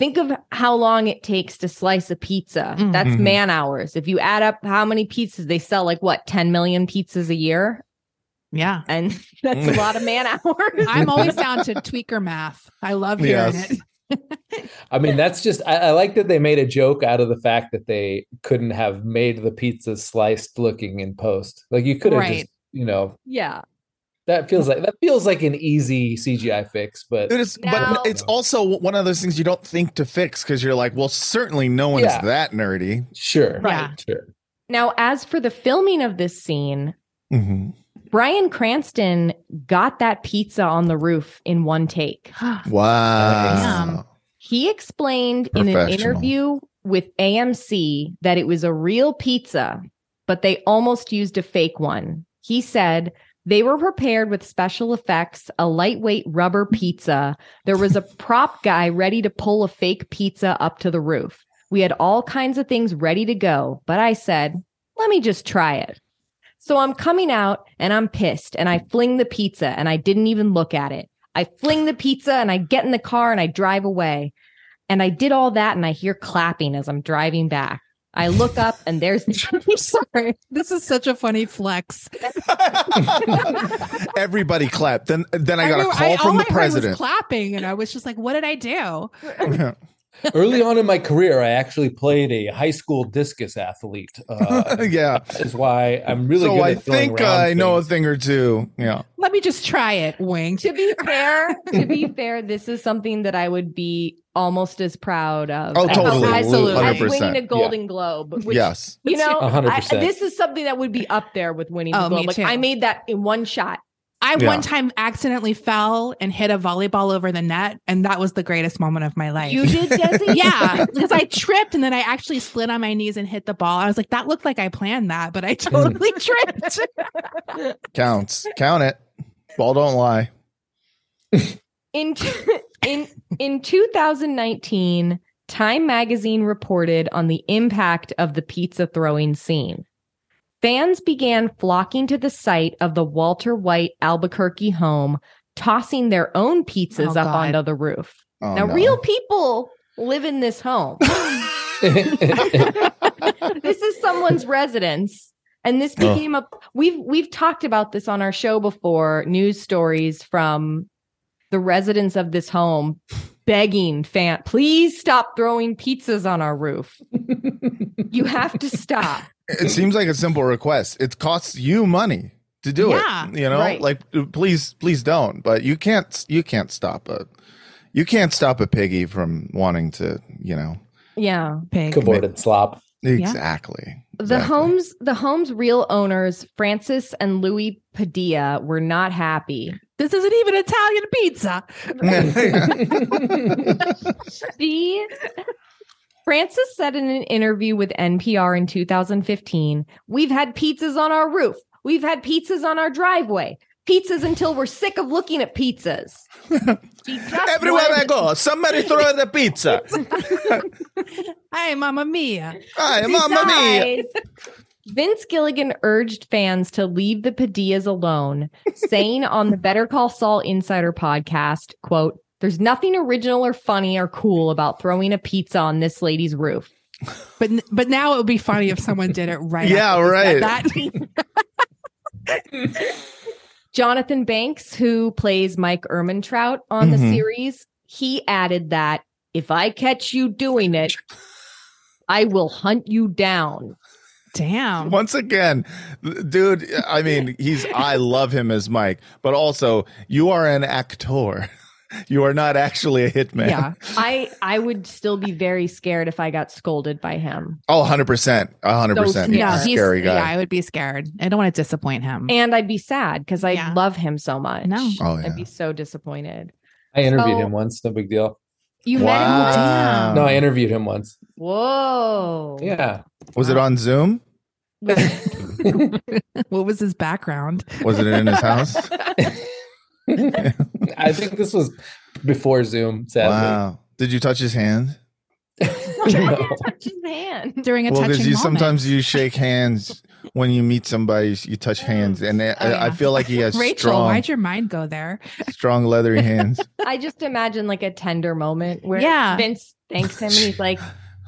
S1: "Think of how long it takes to slice a pizza.
S2: Mm.
S1: That's
S3: Mhm.
S1: man hours. If you add up how many pizzas they sell, like what ten million pizzas a year,
S2: yeah.
S1: and that's a lot of man hours."
S2: I'm always down to tweaker math. I love hearing
S3: Yes.
S2: it.
S4: I mean, that's just, I, I like that they made a joke out of the fact that they couldn't have made the pizza sliced looking in post. Like you could have
S2: Right.
S4: just, you know,
S1: yeah,
S4: that feels like, that feels like an easy CGI fix, but
S3: it is
S1: Now-
S3: but it's also one of those things you don't think to fix because you're like well certainly no one's
S4: Yeah.
S3: that nerdy
S4: sure.
S2: Right.
S4: Sure.
S1: Now, as for the filming of this scene,
S3: Mhm.
S1: Brian Cranston got that pizza on the roof in one take.
S3: wow
S1: He explained in an
S3: Professional.
S1: interview with AMC that it was a real pizza, but they almost used a fake one. He said they were prepared with special effects, a lightweight rubber pizza. There was a prop guy ready to pull a fake pizza up to the roof. We had all kinds of things ready to go, but I said, let me just try it. So I'm coming out and I'm pissed and I fling the pizza and I didn't even look at it. I fling the pizza and I get in the car and I drive away. And I did all that and I hear clapping as I'm driving back. I look up and there's
S2: I'm sorry. This is such a funny flex.
S3: Everybody clapped. Then then I got a
S2: remember-
S3: call
S2: all
S3: from the
S2: I heard was
S3: president.
S2: clapping, and I was just like, "What did I do?"
S4: Early on in my career, I actually played a high school discus athlete. Uh,
S3: yeah.
S4: That is why I'm really
S3: so
S4: good
S3: I
S4: at throwing
S3: think
S4: round
S3: I know a
S4: things.
S3: thing or two. Yeah.
S2: Let me just try it, winked.
S1: to be fair, to be fair, this is something that I would be almost as proud of.
S3: Oh,
S1: as-
S3: totally.
S1: as-
S2: Absolutely.
S1: As
S3: 100%.
S1: winning a Golden Globe, which
S3: yes.
S1: you know,
S4: A hundred
S1: I-
S4: percent.
S1: this is something that would be up there with winning the
S2: Oh,
S1: Globe.
S2: me
S1: like
S2: too.
S1: I made that in one shot.
S2: I
S3: Yeah.
S2: one time accidentally fell and hit a volleyball over the net, and that was the greatest moment of my life.
S1: You did, Desi?
S2: yeah, because I tripped and then I actually slid on my knees and hit the ball. I was like, that looked like I planned that, but I totally tripped.
S3: Counts. Count it. Ball don't lie.
S1: In in in 2019, Time magazine reported on the impact of the pizza throwing scene. Fans began flocking to the site of the Walter White Albuquerque home, tossing their own pizzas
S2: Oh,
S1: up
S2: God.
S1: onto the roof.
S3: Oh,
S1: now,
S3: no.
S1: real people live in this home. this is someone's residence and this
S3: Oh.
S1: became a we've we've talked about this on our show before news stories from the residents of this home begging fan please stop throwing pizzas on our roof you have to stop
S3: It seems like a simple request. It costs you money to do
S2: Yeah,
S3: it. You know,
S1: right.
S3: like please, please don't. But you can't. You can't stop a. You can't stop a piggy from wanting to. You know.
S1: yeah
S2: Pig.
S4: Cavorted slop.
S3: Exactly.
S1: the
S3: Exactly.
S1: homes the home's real owners francis and louis padilla were not happy
S2: This isn't even Italian pizza.
S1: The Francis said in an interview with NPR in 2015, "We've had pizzas on our roof. We've had pizzas on our driveway. Pizzas until we're sick of looking at pizzas." She just
S3: Everywhere I
S1: wanted-
S3: go, somebody throw the pizza.
S2: Hey, Mamma Mia.
S3: Hi, mamma mia.
S1: Besides, Vince Gilligan urged fans to leave the Padillas alone, saying on the Better Call Saul Insider podcast, quote, "There's nothing original or funny or cool about throwing a pizza on this lady's roof."
S2: But but now it would be funny if someone did it right.
S3: Yeah,
S2: after they said
S3: right.
S2: that.
S1: Jonathan Banks, who plays Mike Ermintrout on the
S3: Mhm.
S1: series, he added that if I catch you doing it, I will hunt you down.
S2: Damn.
S3: Once again, dude, I mean, he's I love him as Mike, but also you are an actor. You are not actually a hitman.
S2: Yeah.
S1: I I would still be very scared if I got scolded by him.
S3: Oh, 100%. 100%.
S1: So,
S3: he's
S2: yeah,
S3: a
S2: he's-
S3: scary
S2: Yeah,
S3: guy.
S2: I would be scared. I don't want to disappoint him.
S1: And I'd be sad because I
S2: Yeah.
S1: love him so much.
S2: No.
S3: Oh, yeah.
S1: I'd be so disappointed.
S4: I interviewed
S1: So-
S4: him once. No big deal.
S1: You met him.
S3: wow.
S4: No, I interviewed him once.
S1: Whoa.
S4: Yeah.
S3: was it on Zoom?
S2: what was his background?
S3: Was it in his house?
S4: I think this was before Zoom, sadly.
S3: wow. Did you touch his hand?
S4: No.
S1: Touch his hand.
S2: During a
S3: well,
S2: touching
S3: you
S2: moment.
S3: sometimes you shake hands when you meet somebody, you touch hands, and I,
S2: Oh, yeah.
S3: I feel like he has
S2: Rachel,
S3: strong,
S2: why'd your mind go there?
S3: strong leathery hands.
S1: I just imagine like a tender moment where
S2: Yeah.
S1: Vince thanks him and he's like,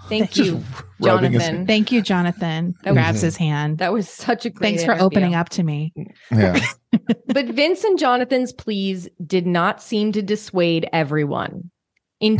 S1: Thank
S3: Just
S1: you,
S3: rubbing his-
S1: Jonathan.
S2: Thank you, Jonathan.
S1: That
S2: grabs
S4: was-
S2: his hand.
S1: That was such a Mm-hmm. great
S2: Thanks for opening up to me.
S3: Yeah.
S1: But Vince and Jonathan's pleas did not seem to dissuade everyone. In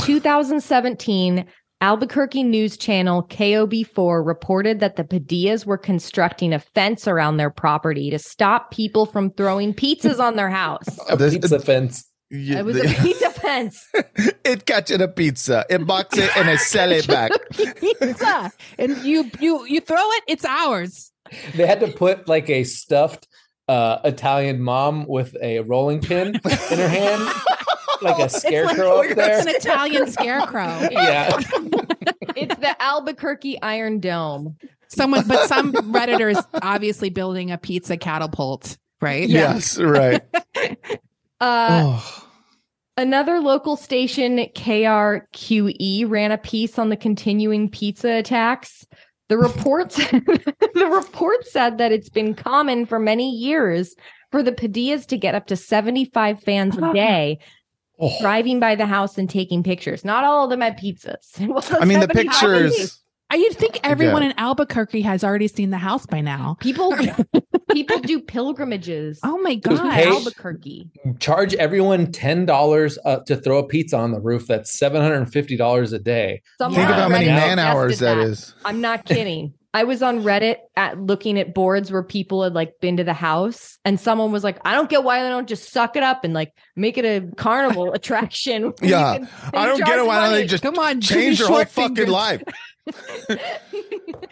S1: 2017, Albuquerque news channel KOB4 reported that the Padillas were constructing a fence around their property to stop people from throwing pizzas on their house.
S4: A
S3: This-
S4: pizza fence.
S3: You-
S1: It was a pizza fence.
S3: it catches a pizza. It box it and it sell it back.
S2: pizza and you you you throw it it's ours
S4: They had to put like a stuffed uh, Italian mom with a rolling pin in her hand, like a scarecrow
S2: it's
S4: up there.
S2: an italian scarecrow
S4: yeah.
S1: It's the Albuquerque Iron Dome.
S2: someone but some redditor is obviously building a pizza catapult right
S3: Yes, right.
S1: Uh,
S3: oh.
S1: Another local station, KRQE, E, ran a piece on the continuing pizza attacks. The report, the report said that it's been common for many years for the Padillas to get up to 75 fans a day
S4: Oh.
S1: driving by the house and taking pictures. Not all of them had pizzas. It wasn't
S3: I mean, the
S1: 75
S3: pictures.
S2: I- You'd think everyone in Albuquerque has already seen the house by now.
S1: People people do pilgrimages.
S2: Oh my
S1: to
S2: god!
S4: Just pay-
S1: Albuquerque.
S4: Charge everyone ten dollars uh, to throw a pizza on the roof. That's seven hundred and fifty dollars a day.
S1: Someone
S3: Think of how
S1: on
S3: many
S1: Reddit
S3: man hours
S1: suggested
S3: that is.
S1: I'm not kidding. I was on Reddit at looking at boards where people had like been to the house, and someone was like, "I don't get why they don't just suck it up and like make it a carnival attraction." where you
S3: Yeah.
S1: can- they
S3: I don't get
S1: charge
S3: it. Why don't they
S1: money."
S3: just
S2: Come on,
S3: change
S2: Jimmy
S3: your whole
S2: Short
S3: fucking
S2: fingers.
S3: life?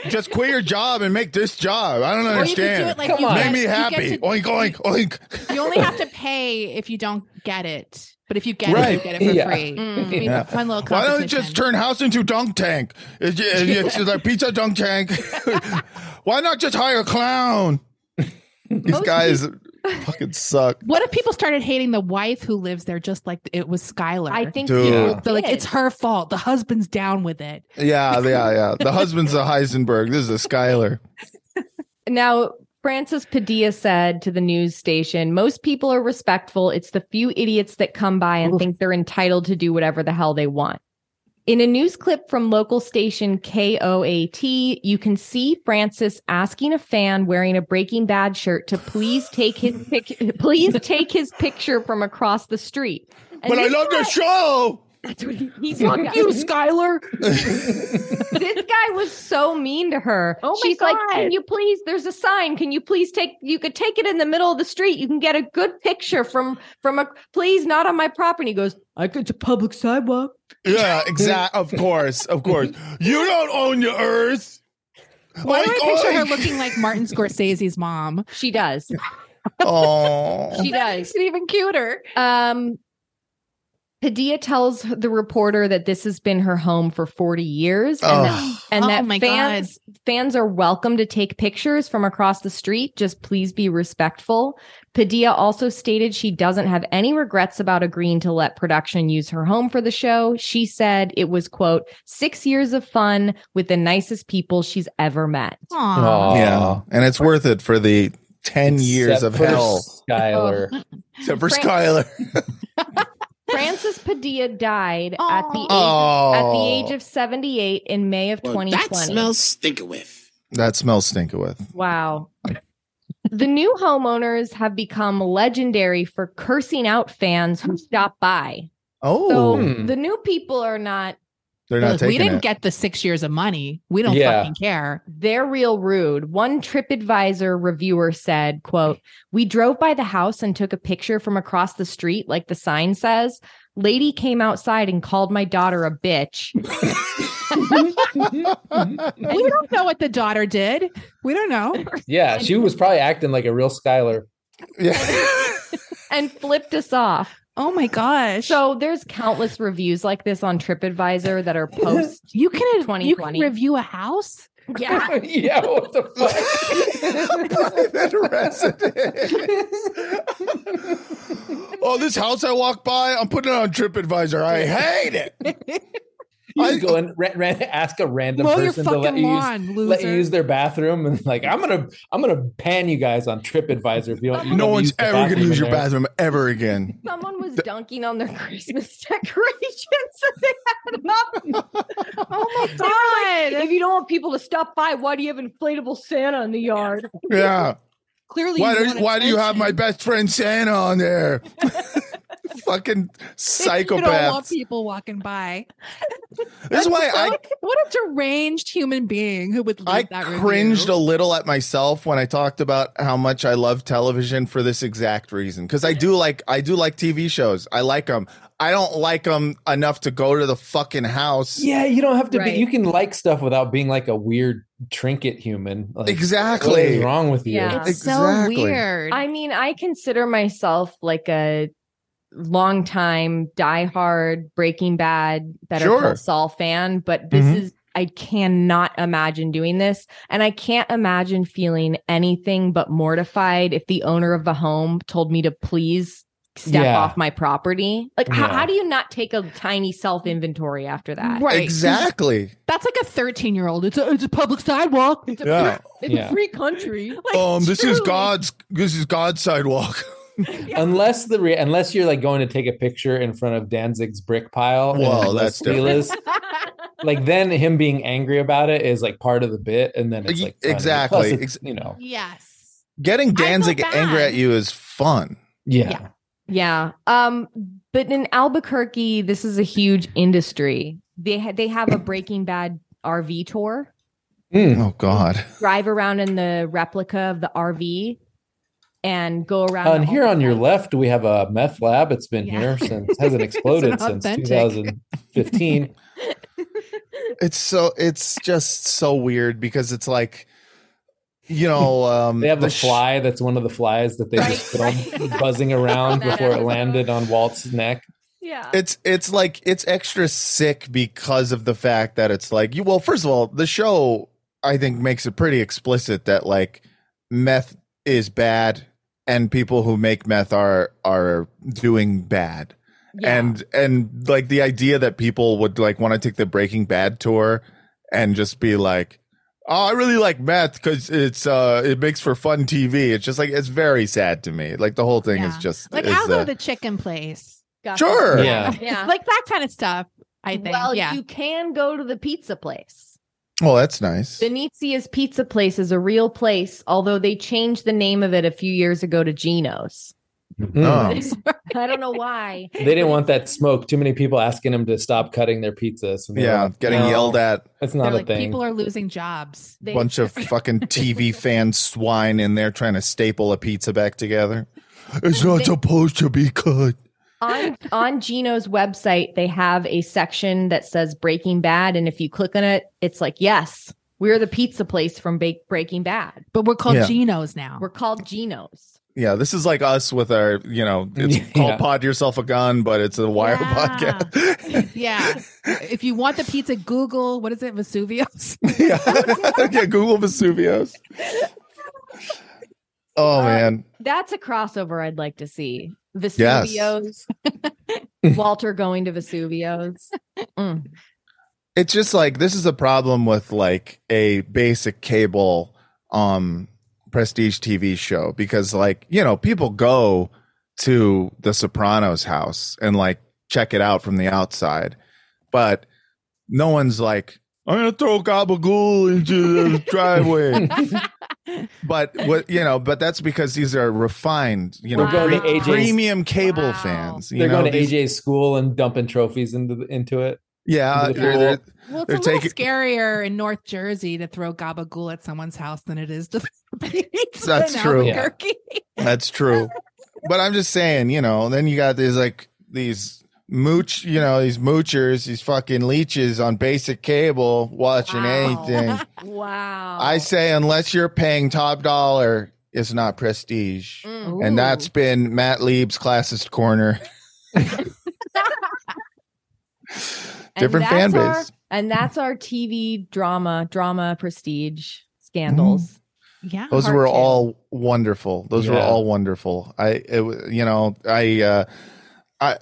S3: just quit your job and make this job. I don't
S2: Or you could
S3: understand.
S2: do it like
S4: Come
S2: you
S4: on.
S2: get-
S3: Make me
S2: you get
S3: happy.
S2: to-
S3: oink oink oink.
S2: You only have to pay if you don't get it. But if you get it, you
S4: Right.
S2: get it for
S4: Yeah.
S2: free. It'd be
S3: Yeah.
S2: a fun little
S3: Why don't you
S2: competition.
S3: just turn house into dunk tank? It's, it's, it's like pizza dunk tank. Why not just hire a clown? These guys fucking suck.
S2: What if people started hating the wife who lives there just like it was Skylar?
S1: I think
S3: Dude.
S1: people
S2: They're like
S1: did.
S2: it's her fault. The husband's down with it.
S3: Yeah, yeah, yeah. The husband's a Heisenberg. This is a Skyler.
S1: Now, Francis Padilla said to the news station, most people are respectful. It's the few idiots that come by and think they're entitled to do whatever the hell they want. In a news clip from local station KOAT, you can see Francis asking a fan wearing a Breaking Bad shirt to please take his pic- please take his picture from across the street. And
S3: But I
S1: this
S3: love
S1: guy-
S3: the show.
S1: That's what he, he fuck you, Skylar. this guy was so mean to her.
S2: Oh my
S1: She's like,
S2: God.
S1: "Can you please? There's a sign. Can you please take? You could take it in the middle of the street. You can get a good picture from from a. Please, not on my property." He goes, "I go to public sidewalk."
S3: Yeah, exact. Of course, of course. You don't own your earth.
S2: Why do I picture her
S3: Oink, oink.
S2: looking like Martin Scorsese's mom?
S1: She does.
S3: Oh,
S1: She does.
S2: It's even cuter.
S1: Um, Padilla tells the reporter that this has been her home for 40 years and that
S3: Oh.
S1: and
S2: Oh
S1: that
S2: my
S1: fans fans are welcome to take pictures from across the street. Just please be respectful. Padilla also stated she doesn't have any regrets about agreeing to let production use her home for the show. She said it was quote six years of fun with the nicest people she's ever met.
S2: Aw.
S3: Oh, yeah, and it's worth it for the ten years
S4: Except
S3: of
S4: for
S3: hell,
S4: Skylar.
S3: except for
S1: Fran-
S3: Skyler.
S1: Francis Padilla died at the age,
S3: Oh,
S1: at the age of seventy eight in May of twenty twenty.
S5: That smells stinker with.
S3: that smells stinker with.
S1: Wow. the new homeowners have become legendary for cursing out fans who stop by. So
S3: Oh,
S4: Hmm.
S1: the new people are not,
S3: they're not
S2: Look,
S3: taking
S2: we didn't
S3: it.
S2: get the six years of money. We don't
S4: Yeah.
S2: fucking care.
S1: they're real rude. One TripAdvisor reviewer said, quote, We drove by the house and took a picture from across the street, like the sign says. Lady came outside and called my daughter a bitch.
S2: We don't know what the daughter did. We don't know.
S4: Yeah, she was probably acting like a real Skylar.
S3: yeah.
S1: And flipped us off.
S2: Oh my gosh.
S1: So there's countless reviews like this on TripAdvisor that are post.
S2: you can you can
S1: 2020.
S2: review a house.
S1: yeah.
S4: yeah, what the
S3: Private residence. oh, this house I walk by, I'm putting it on TripAdvisor. I hate it.
S4: You
S3: I-
S4: just go and ra- ra- ask a random
S2: Mow your
S4: person to let
S2: fucking
S4: you,
S2: lawn,
S4: use,
S2: loser.
S4: let you use their bathroom, and like I'm gonna I'm gonna pan you guys on TripAdvisor if you don't. you
S3: No
S4: don't
S3: one's
S4: use the
S3: ever going to
S4: in
S3: use your
S4: there.
S3: bathroom ever again.
S1: Someone was dunking on their Christmas decorations and they had it up.
S2: Oh my
S1: They were like, if you don't want people to stop by, why do you have inflatable Santa in the yard?
S3: Yeah.
S2: Clearly,
S3: Why do
S2: want
S3: you, why do you have my
S2: attention.
S3: best friend Santa on there? Fucking
S2: You don't want
S3: psychopath.
S2: people walking by.
S3: This is why I
S2: What a deranged human being who would leave
S3: I
S2: that
S3: cringed
S2: review.
S3: a little at myself when I talked about how much I love television for this exact reason. Because I do like I do like TV shows. I like them. I don't like them enough to go to the fucking house.
S4: Yeah, you don't have to
S1: Right.
S4: be. You can like stuff without being like a weird trinket human. Like, What
S3: Exactly.
S4: is wrong with you?
S1: Yeah.
S2: It's
S3: Exactly.
S2: so weird.
S1: I mean, I consider myself like a long time diehard Breaking Bad, Better
S3: Sure.
S1: Call Saul fan, but this
S3: Mhm.
S1: is I cannot imagine doing this, and I can't imagine feeling anything but mortified if the owner of the home told me to please step
S4: Yeah.
S1: off my property. Like, how,
S4: Yeah.
S1: how do you not take a tiny self inventory after that?
S2: Right.
S3: Exactly.
S2: That's like a 13 year old. It's a, it's a public sidewalk. It's a,
S3: Yeah.
S1: It's
S4: Yeah.
S1: a free country. Like,
S3: Um. This is
S1: truly.
S3: God's. This is God's sidewalk.
S4: Unless the re- unless you're like going to take a picture in front of Danzig's brick pile.
S3: Well,
S4: and
S3: that's
S4: Leela's, like then him being angry about it is like part of the bit, and then it's
S3: Ye-
S4: like funny.
S3: exactly.
S4: Plus, it's,
S3: Ex-
S4: you know,
S2: Yes.
S3: Getting
S2: feel
S3: Danzig
S2: bad.
S3: angry at you is fun.
S4: yeah.
S2: Yeah.
S1: Yeah. Um, but in Albuquerque, this is a huge industry. They ha- they have a Breaking Bad RV tour.
S4: Mm.
S3: Oh God.
S1: Drive around in the replica of the RV and go around.
S4: On
S1: all
S4: here
S1: the
S4: on your
S1: sites.
S4: left, we have a meth lab. It's been
S2: Yeah.
S4: here since hasn't exploded
S2: It's an
S4: since
S2: authentic.
S4: 2015.
S3: It's so it's just so weird because it's like you know, um
S4: They have the
S3: sh-
S4: fly. That's one of the flies that they just
S1: Right,
S4: filmed
S1: right.
S4: buzzing around
S1: That
S4: before it
S1: episode.
S4: landed on Walt's neck.
S1: Yeah.
S3: it's it's like it's extra sick because of the fact that it's like you well first of all the show i think makes it pretty explicit that like meth is bad and people who make meth are are doing bad
S1: Yeah.
S3: and and like the idea that people would like want to take the breaking bad tour and just be like oh i really like meth because it's uh it makes for fun tv it's just like it's very sad to me like the whole thing is
S2: Yeah.
S3: just
S2: Like
S3: is,
S2: I'll go to
S3: uh,
S2: the chicken place. Got
S3: Sure.
S2: that.
S4: Yeah.
S1: Yeah.
S2: Like that kind of stuff. I think.
S1: Well,
S2: yeah.
S1: you can go to the pizza place.
S3: oh that's nice
S1: Benizia's Pizza Place is a real place, although they changed the name of it a few years ago to Gino's.
S4: Mm.
S3: Oh.
S1: I don't know why.
S4: They didn't want that smoke. Too many people asking him to stop cutting their pizzas. And they were
S3: Yeah,
S4: like,
S3: getting
S4: "No,
S3: yelled at.
S4: That's
S2: They're
S4: not a
S2: like
S4: thing.
S2: people are losing jobs.
S1: They,
S3: Bunch of fucking TV fan swine in there trying to staple a pizza back together. It's not supposed to be cut.
S1: on on Gino's website, they have a section that says Breaking Bad, and if you click on it, it's like, yes, we're the pizza place from ba- Breaking Bad.
S2: But we're called
S3: Yeah.
S2: Geno's now.
S1: We're called Gino's.
S3: Yeah, this is like us with our, you know, it's
S4: Yeah.
S3: called Pod Yourself a Gun, but it's a wire
S2: Yeah.
S3: podcast.
S2: yeah. if you want the pizza, Google what is it, Vesuvius?
S3: yeah. yeah, Google Vesuvius. Oh, man.
S1: That's a crossover I'd like to see.
S3: Yes.
S1: Vesuvios, Walter going to Vesuvios. Mm.
S3: it's just like this is a problem with like a basic cable um prestige tv show because like you know people go to the sopranos house and like check it out from the outside but no one's like i'm gonna throw gabagool into the driveway but what you know but that's because these are refined you know
S1: We're going to
S3: pre-
S1: AJ's.
S3: premium cable
S2: Wow.
S3: fans you
S4: They're
S3: know
S4: going to
S3: these-
S4: AJ's school and dumping trophies into the, into it.
S3: yeah
S4: into the
S3: they're-
S4: pool.
S3: they're-
S2: Well, it's
S3: They're
S2: a little
S3: taking-
S2: scarier in North Jersey to throw gabagool at someone's house than it is to throw pizza
S3: That's
S2: in
S3: true.
S4: Yeah.
S2: Albuquerque.
S3: That's true. but I'm just saying, you know, then you got these like these mooch, you know, these moochers, these fucking leeches on basic cable watching
S1: Wow.
S3: anything.
S1: Wow.
S3: I say unless you're paying top dollar, it's not prestige.
S1: Mm.
S3: And that's been Matt Lieb's classist corner.
S1: And
S3: Different fan
S1: that's our-
S3: base.
S1: and that's our TV drama, drama prestige scandals.
S3: Mm-hmm.
S2: Yeah.
S3: Those
S2: part
S3: were
S2: two.
S3: all wonderful. Those were
S4: Yeah.
S3: all wonderful. I, it, w- you know, I, uh, I,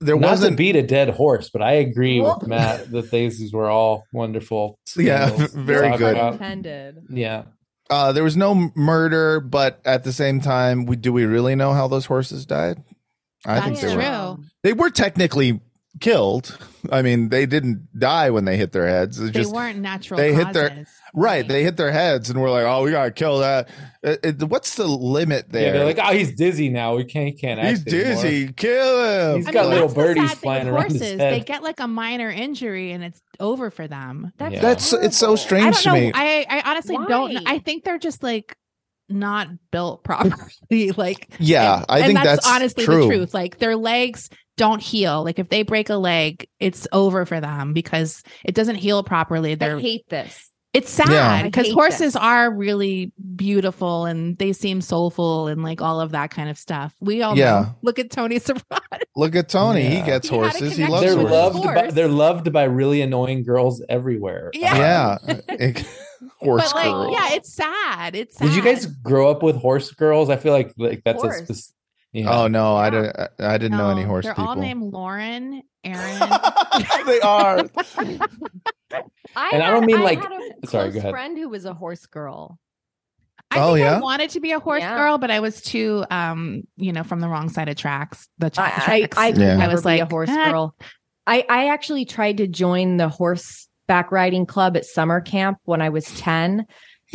S3: there
S4: Not
S3: wasn't
S4: to beat a dead horse, but I agree
S1: Well-
S4: with Matt that these were all wonderful.
S3: Yeah,
S4: scandals to
S3: very
S4: talk
S3: good.
S4: about.
S1: Intended.
S4: Yeah.
S3: Uh, there was no m- murder, but at the same time, we do we really know how those horses died? I think
S2: That's
S3: they were.
S2: true.
S3: They were technically killed. I mean, they didn't die when they hit their heads. It's
S2: They
S3: just
S2: weren't natural.
S3: they hit their-
S2: causes.
S3: right. They hit their heads, and we're like, oh, we gotta kill that. It- it- what's the limit
S4: Yeah,
S3: there?
S4: they're like, oh, he's dizzy now. We can't, he can't act.
S3: He's
S4: anymore."
S3: dizzy. Kill him.
S4: He's got
S2: that's
S4: little
S2: the
S4: birdies
S2: sad thing
S4: flying
S2: with
S4: around his head.
S2: They get like a minor injury and it's over for them.
S1: That's
S4: Yeah.
S3: That's it's
S1: horrible.
S3: so
S2: I
S3: strange
S2: don't
S3: to
S2: know.
S3: me.
S2: I, I honestly don't. know.
S1: Why?
S2: I think they're just like not built properly. Like
S3: yeah,
S2: and-
S3: I
S2: and
S3: think that's,
S2: honestly
S3: true.
S2: the truth. Like their legs don't heal. Like if they break a leg, it's over for them because it doesn't heal properly.
S1: I
S2: They're
S1: hate this.
S2: it's
S3: Yeah. I
S2: sad because
S1: hate
S2: horses
S1: this.
S2: are really beautiful and they seem soulful and like all of that kind of stuff. We all
S3: Yeah.
S2: know. Look at Tony Soprano.
S3: Look at Tony. He
S4: Yeah.
S3: gets
S2: He had a
S3: horses. He
S2: connection
S3: loves
S4: They're
S2: with
S3: horses.
S4: loved.
S2: horse.
S4: By, they're loved by really annoying girls everywhere.
S2: Yeah.
S3: Yeah, horse
S2: But like,
S3: girls.
S2: yeah, it's sad. It's sad.
S4: Did you guys grow up with horse girls? I feel like like that's a
S1: course.
S4: specific. Yeah.
S3: Oh no, I didn't. I- I didn't know any
S2: No,
S3: horse
S2: They're
S3: people.
S2: all named Lauren, Aaron.
S3: they are.
S1: I
S4: And I don't mean, like-
S1: had a
S4: Sorry,
S1: close
S4: go ahead.
S1: friend who was a horse girl.
S2: I
S3: Oh,
S2: think
S3: yeah?
S2: I wanted to be a horse
S1: Yeah.
S2: girl, but I was too, um, you know, from the wrong side of tracks. The tra-
S1: I I, I,
S2: tracks.
S3: Yeah.
S1: could
S2: I
S1: never
S2: was "Ah,
S1: be a
S2: like,
S1: horse
S2: "Ah."
S1: girl. I I actually tried to join the horse horseback riding club at summer camp when I was 10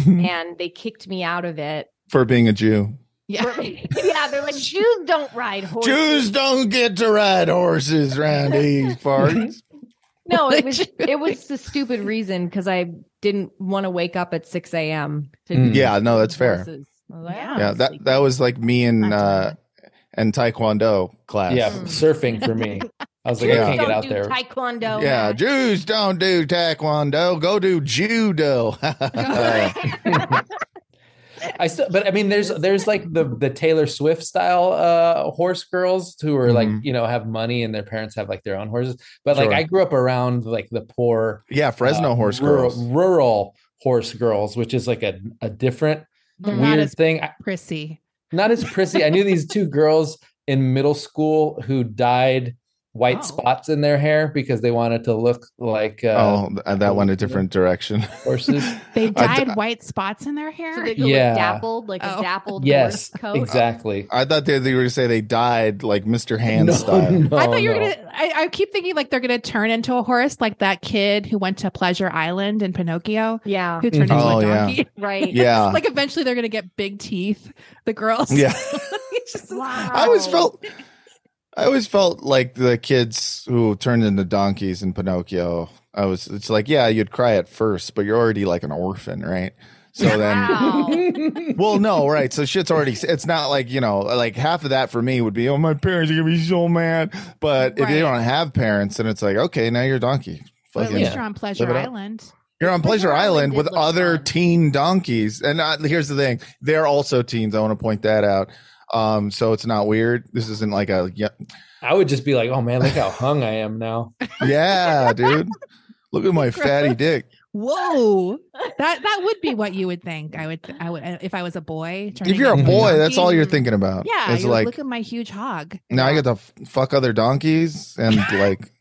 S1: and they kicked me out of it.
S3: for being a Jew.
S2: Yeah.
S1: yeah, they're like Jews don't ride horses.
S3: Jews don't get to ride horses around these parts.
S1: No, it was it was the stupid reason because I didn't want to wake up at 6 a.m. to
S4: Mm.
S3: yeah, no, that's fair.
S1: horses. I was like,
S2: Yeah.
S1: "Oh,
S3: Yeah, that that was like me and uh and taekwondo class.
S4: Yeah,
S1: Mm.
S4: surfing for me. I was like,
S3: Yeah.
S4: I can't
S1: don't
S4: get out
S1: do
S4: there.
S1: Taekwondo.
S3: Yeah, Jews don't do taekwondo. Go do judo. Uh,
S4: I still, but I mean, there's there's like the the Taylor Swift style uh, horse girls who are like
S3: Mhm.
S4: you know have money and their parents have like their own horses. But like
S3: Sure.
S4: I grew up around like the poor
S3: yeah, Fresno
S4: uh,
S3: horse
S4: rural,
S3: girls.
S4: rural horse girls, which is like a a different
S2: They're
S1: Mm-hmm.
S2: not
S4: weird
S2: as
S4: thing. I,
S2: prissy.
S4: not as prissy. I knew these two girls in middle school who dyed white
S2: Oh.
S4: spots in their hair because they wanted to look like uh,
S3: oh, th- that went a different direction.
S4: horses.
S2: They
S3: I d-
S2: dyed white spots in their hair.
S1: So they go
S4: Yeah.
S1: like dappled, like a
S2: Oh.
S1: dappled
S4: yes,
S1: horse coat.
S4: exactly.
S3: I thought they, they were going to say they died like Mr. Hand
S4: No,
S3: style.
S4: no,
S2: I thought you were
S4: no.
S2: gonna. I, I keep thinking like they're gonna turn into a horse, like that kid who went to Pleasure Island in Pinocchio,
S1: Yeah,
S2: who turned
S3: Oh,
S2: into a
S3: yeah.
S2: donkey.
S1: right.
S3: Yeah.
S2: like eventually they're gonna get big teeth. The girls.
S3: Yeah.
S2: It's just-
S1: Wow.
S3: I always felt I always felt like the kids who turned into donkeys in Pinocchio. I was it's like, yeah, you'd cry at first, but you're already like an orphan, right? So then
S1: Wow.
S3: well, no, right. So shit's already it's not like, you know, like half of that for me would be, oh my parents are gonna be so mad. But if
S2: Right.
S3: you don't have parents, then it's like, okay, now you're a donkey.
S2: But at
S3: Fucking-
S2: least
S4: yeah.
S2: you're on Pleasure
S3: Live it up.
S2: Island.
S3: You're on Pleasure
S1: Pleasure Island
S3: Island
S1: did
S3: with
S1: look
S3: other
S1: fun.
S3: teen donkeys. And uh, here's the thing they're also teens. I want to point that out. Um, so it's not weird. This isn't like a, yeah,
S4: I would just be like, oh man, look how hung I am now.
S3: yeah dude. Look at my fatty dick.
S2: Whoa, that that would be what you would think. I would. I would if I was a boy. turning
S3: If you're a
S2: into
S3: boy,
S2: donkey.
S3: that's all you're thinking about.
S2: Yeah,
S3: It's
S2: you're like,
S3: like,
S2: look at my huge hog.
S3: now I get to f- fuck other donkeys and like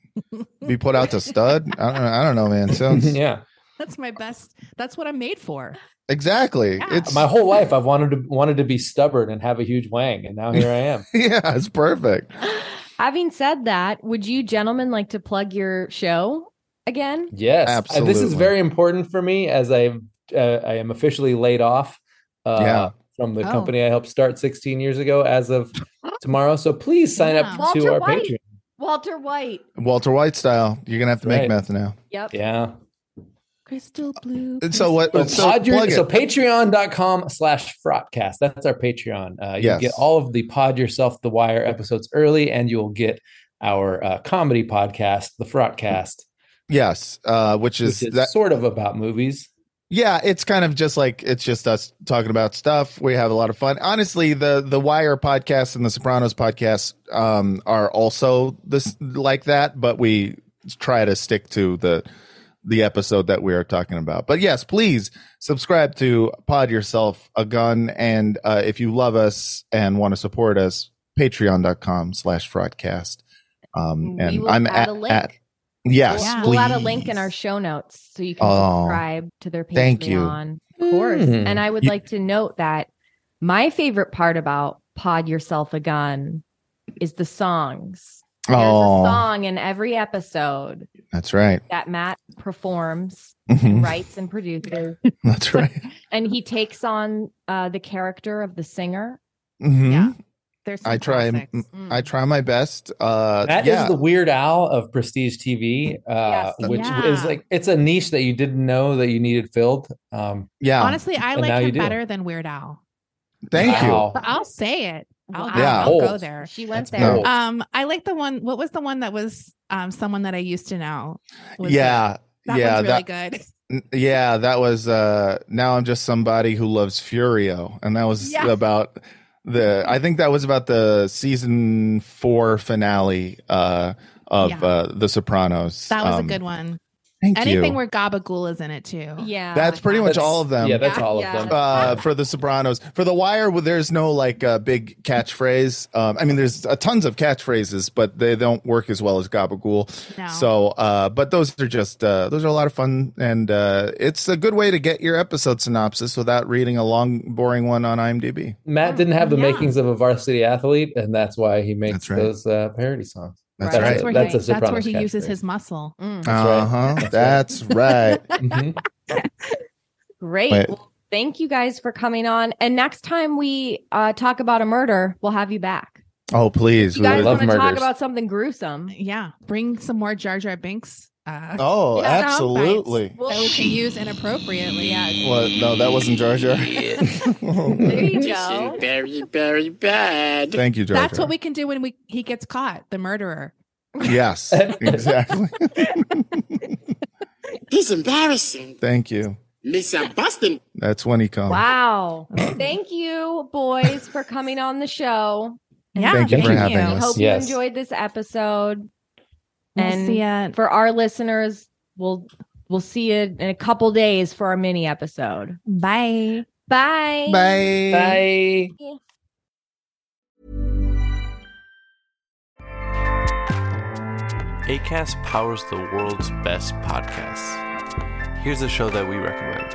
S3: be put out to stud. I don't know. I don't know, man. Sounds
S4: yeah,
S2: That's my best. That's what I'm made for.
S3: exactly.
S2: Yeah.
S3: It's,
S4: my whole life I've wanted to wanted to be stubborn and have a huge wang, and now here I am.
S3: yeah, it's perfect.
S1: Having said that, would you gentlemen like to plug your show again?
S4: Yes, Uh, this is
S3: Absolutely.
S4: very important for me as I uh, I am officially laid off uh,
S3: Yeah.
S4: from the
S2: Oh.
S4: company I helped start 16 years ago as of tomorrow. So please sign
S2: Yeah.
S4: up
S1: Walter
S4: to our
S1: White.
S4: Patreon.
S1: Walter White.
S3: Walter White style. You're going to have to
S4: Right.
S3: make meth now.
S1: Yep.
S4: Yeah.
S2: Crystal blue.
S3: And so what?
S4: So,
S3: So,
S4: Podger-
S3: plug
S4: so
S3: it.
S4: patreon.com slash frotcast. That's our Patreon. Uh, you
S3: Yes.
S4: get all of the Pod Yourself the Wire episodes early, and you'll get our uh, comedy podcast, The Frotcast,
S3: Yes, uh, which
S4: which
S3: is,
S4: is
S3: that.
S4: sort of about movies.
S3: Yeah, it's kind of just like it's just us talking about stuff. We have a lot of fun. Honestly, the the Wire podcast and the Sopranos podcast um, are also this like that, but we try to stick to the the episode that we are talking about. But yes, please subscribe to Pod Yourself a Gun, and uh, if you love us and want to support us, Patreon.com slash Fraudcast. Um,
S1: we
S3: and
S1: will
S3: I'm
S1: add
S3: at,
S1: a link.
S3: at- yes,
S2: Yeah.
S1: We'll add a link
S3: please.
S1: in our show notes so you can
S3: Oh,
S1: subscribe to their Patreon.
S3: thank you.
S1: Of course.
S4: Mm.
S1: And I would
S3: You-
S1: like to note that my favorite part about Pod Yourself a Gun is the songs. There's a
S3: Oh,
S1: song in every episode
S3: that's right.
S1: that Matt performs,
S3: Mhm.
S1: writes, and produces.
S3: That's right.
S1: And he takes on uh, the character of the singer.
S3: Mhm.
S2: Yeah. There's some
S3: I try. m-
S2: classics.
S3: I try my best. Uh,
S4: That is
S3: yeah,
S4: the Weird Al of Prestige TV, uh,
S1: Yes.
S4: which
S2: Yeah.
S4: is like it's a niche that you didn't know that you needed filled. Um,
S3: yeah.
S2: Honestly, I
S4: And now
S2: like
S4: you
S2: him
S4: do.
S2: better than Weird Al.
S3: Thank
S4: wow.
S2: But I'll say it. I'll,
S1: Wow.
S3: Yeah.
S2: I'll go
S4: Bold.
S2: there.
S1: She went
S4: That's
S1: there.
S4: bold.
S2: Um, I like the one. What was the one that was um someone that I used to know?
S3: you.
S2: Was
S3: Yeah,
S2: that
S3: yeah,
S2: one's really
S3: that
S2: good.
S3: n- yeah, that was. Uh, now I'm just somebody who loves Furio, and that was
S2: Yeah.
S3: about the. I think that was about the season four finale uh, of
S2: Yeah.
S3: uh, The Sopranos.
S2: That was
S3: Um,
S2: a good one.
S3: Thank
S2: Anything
S3: you.
S2: where Gabagool is in it too.
S1: Yeah.
S3: That's pretty much
S4: That's-
S3: all of them.
S4: Yeah, that's
S2: Yeah.
S4: all of
S1: Yeah.
S4: them.
S3: uh, for the Sopranos. For the Wire, well, there's no like uh, big catchphrase. Um, I mean, there's uh, tons of catchphrases, but they don't work as well as Gabagool.
S2: No.
S3: So, uh, but those are just uh, those are a lot of fun, and uh, it's a good way to get your episode synopsis without reading a long, boring one on IMDb.
S4: Matt didn't have the
S2: Yeah.
S4: makings of a varsity athlete, and that's why he makes
S3: That's right.
S4: those uh, parody songs.
S3: That's
S8: Right.
S3: right.
S2: That's where
S4: That's
S2: he,
S4: a
S2: that's where
S4: Sopranos
S2: he uses
S4: catchphrase.
S2: his muscle.
S8: Mm,
S4: That's right.
S3: uh-huh.
S4: That's right.
S3: That's right.
S4: Mhm.
S8: great.
S3: Wait.
S8: Well, thank you guys for coming on. And next time we uh, talk about a murder, we'll have you back.
S3: Oh, please.
S8: You
S3: we
S8: guys
S3: would-
S4: love
S8: want to talk
S4: murders.
S8: about something gruesome?
S2: Yeah. Bring some more Jar Jar Binks. Uh,
S3: oh,
S8: Yeah, sound
S3: absolutely.
S8: Well,
S9: that we can use inappropriately. Yeah.
S3: What? No, that wasn't Jar Jar.
S8: there you go.
S10: Very, very bad.
S3: Thank you, Jar
S2: That's
S3: Jar.
S2: what we can do when we he gets caught, the murderer.
S3: Yes, exactly.
S10: He's embarrassing.
S3: Thank you.
S10: Mr. Boston.
S3: That's when he comes.
S8: Wow. Thank you, boys, for coming on the show.
S2: Yeah.
S3: Thank you for
S4: thank
S3: having
S2: you.
S8: I
S3: us.
S8: hope
S4: Yes.
S8: you enjoyed this episode.
S2: We'll see ya.
S8: For our listeners, we'll we'll see you in a couple days for our mini episode.
S2: Bye.
S8: Bye.
S3: Bye.
S4: Bye.
S11: ACAST powers the world's best podcasts. Here's a show that we recommend.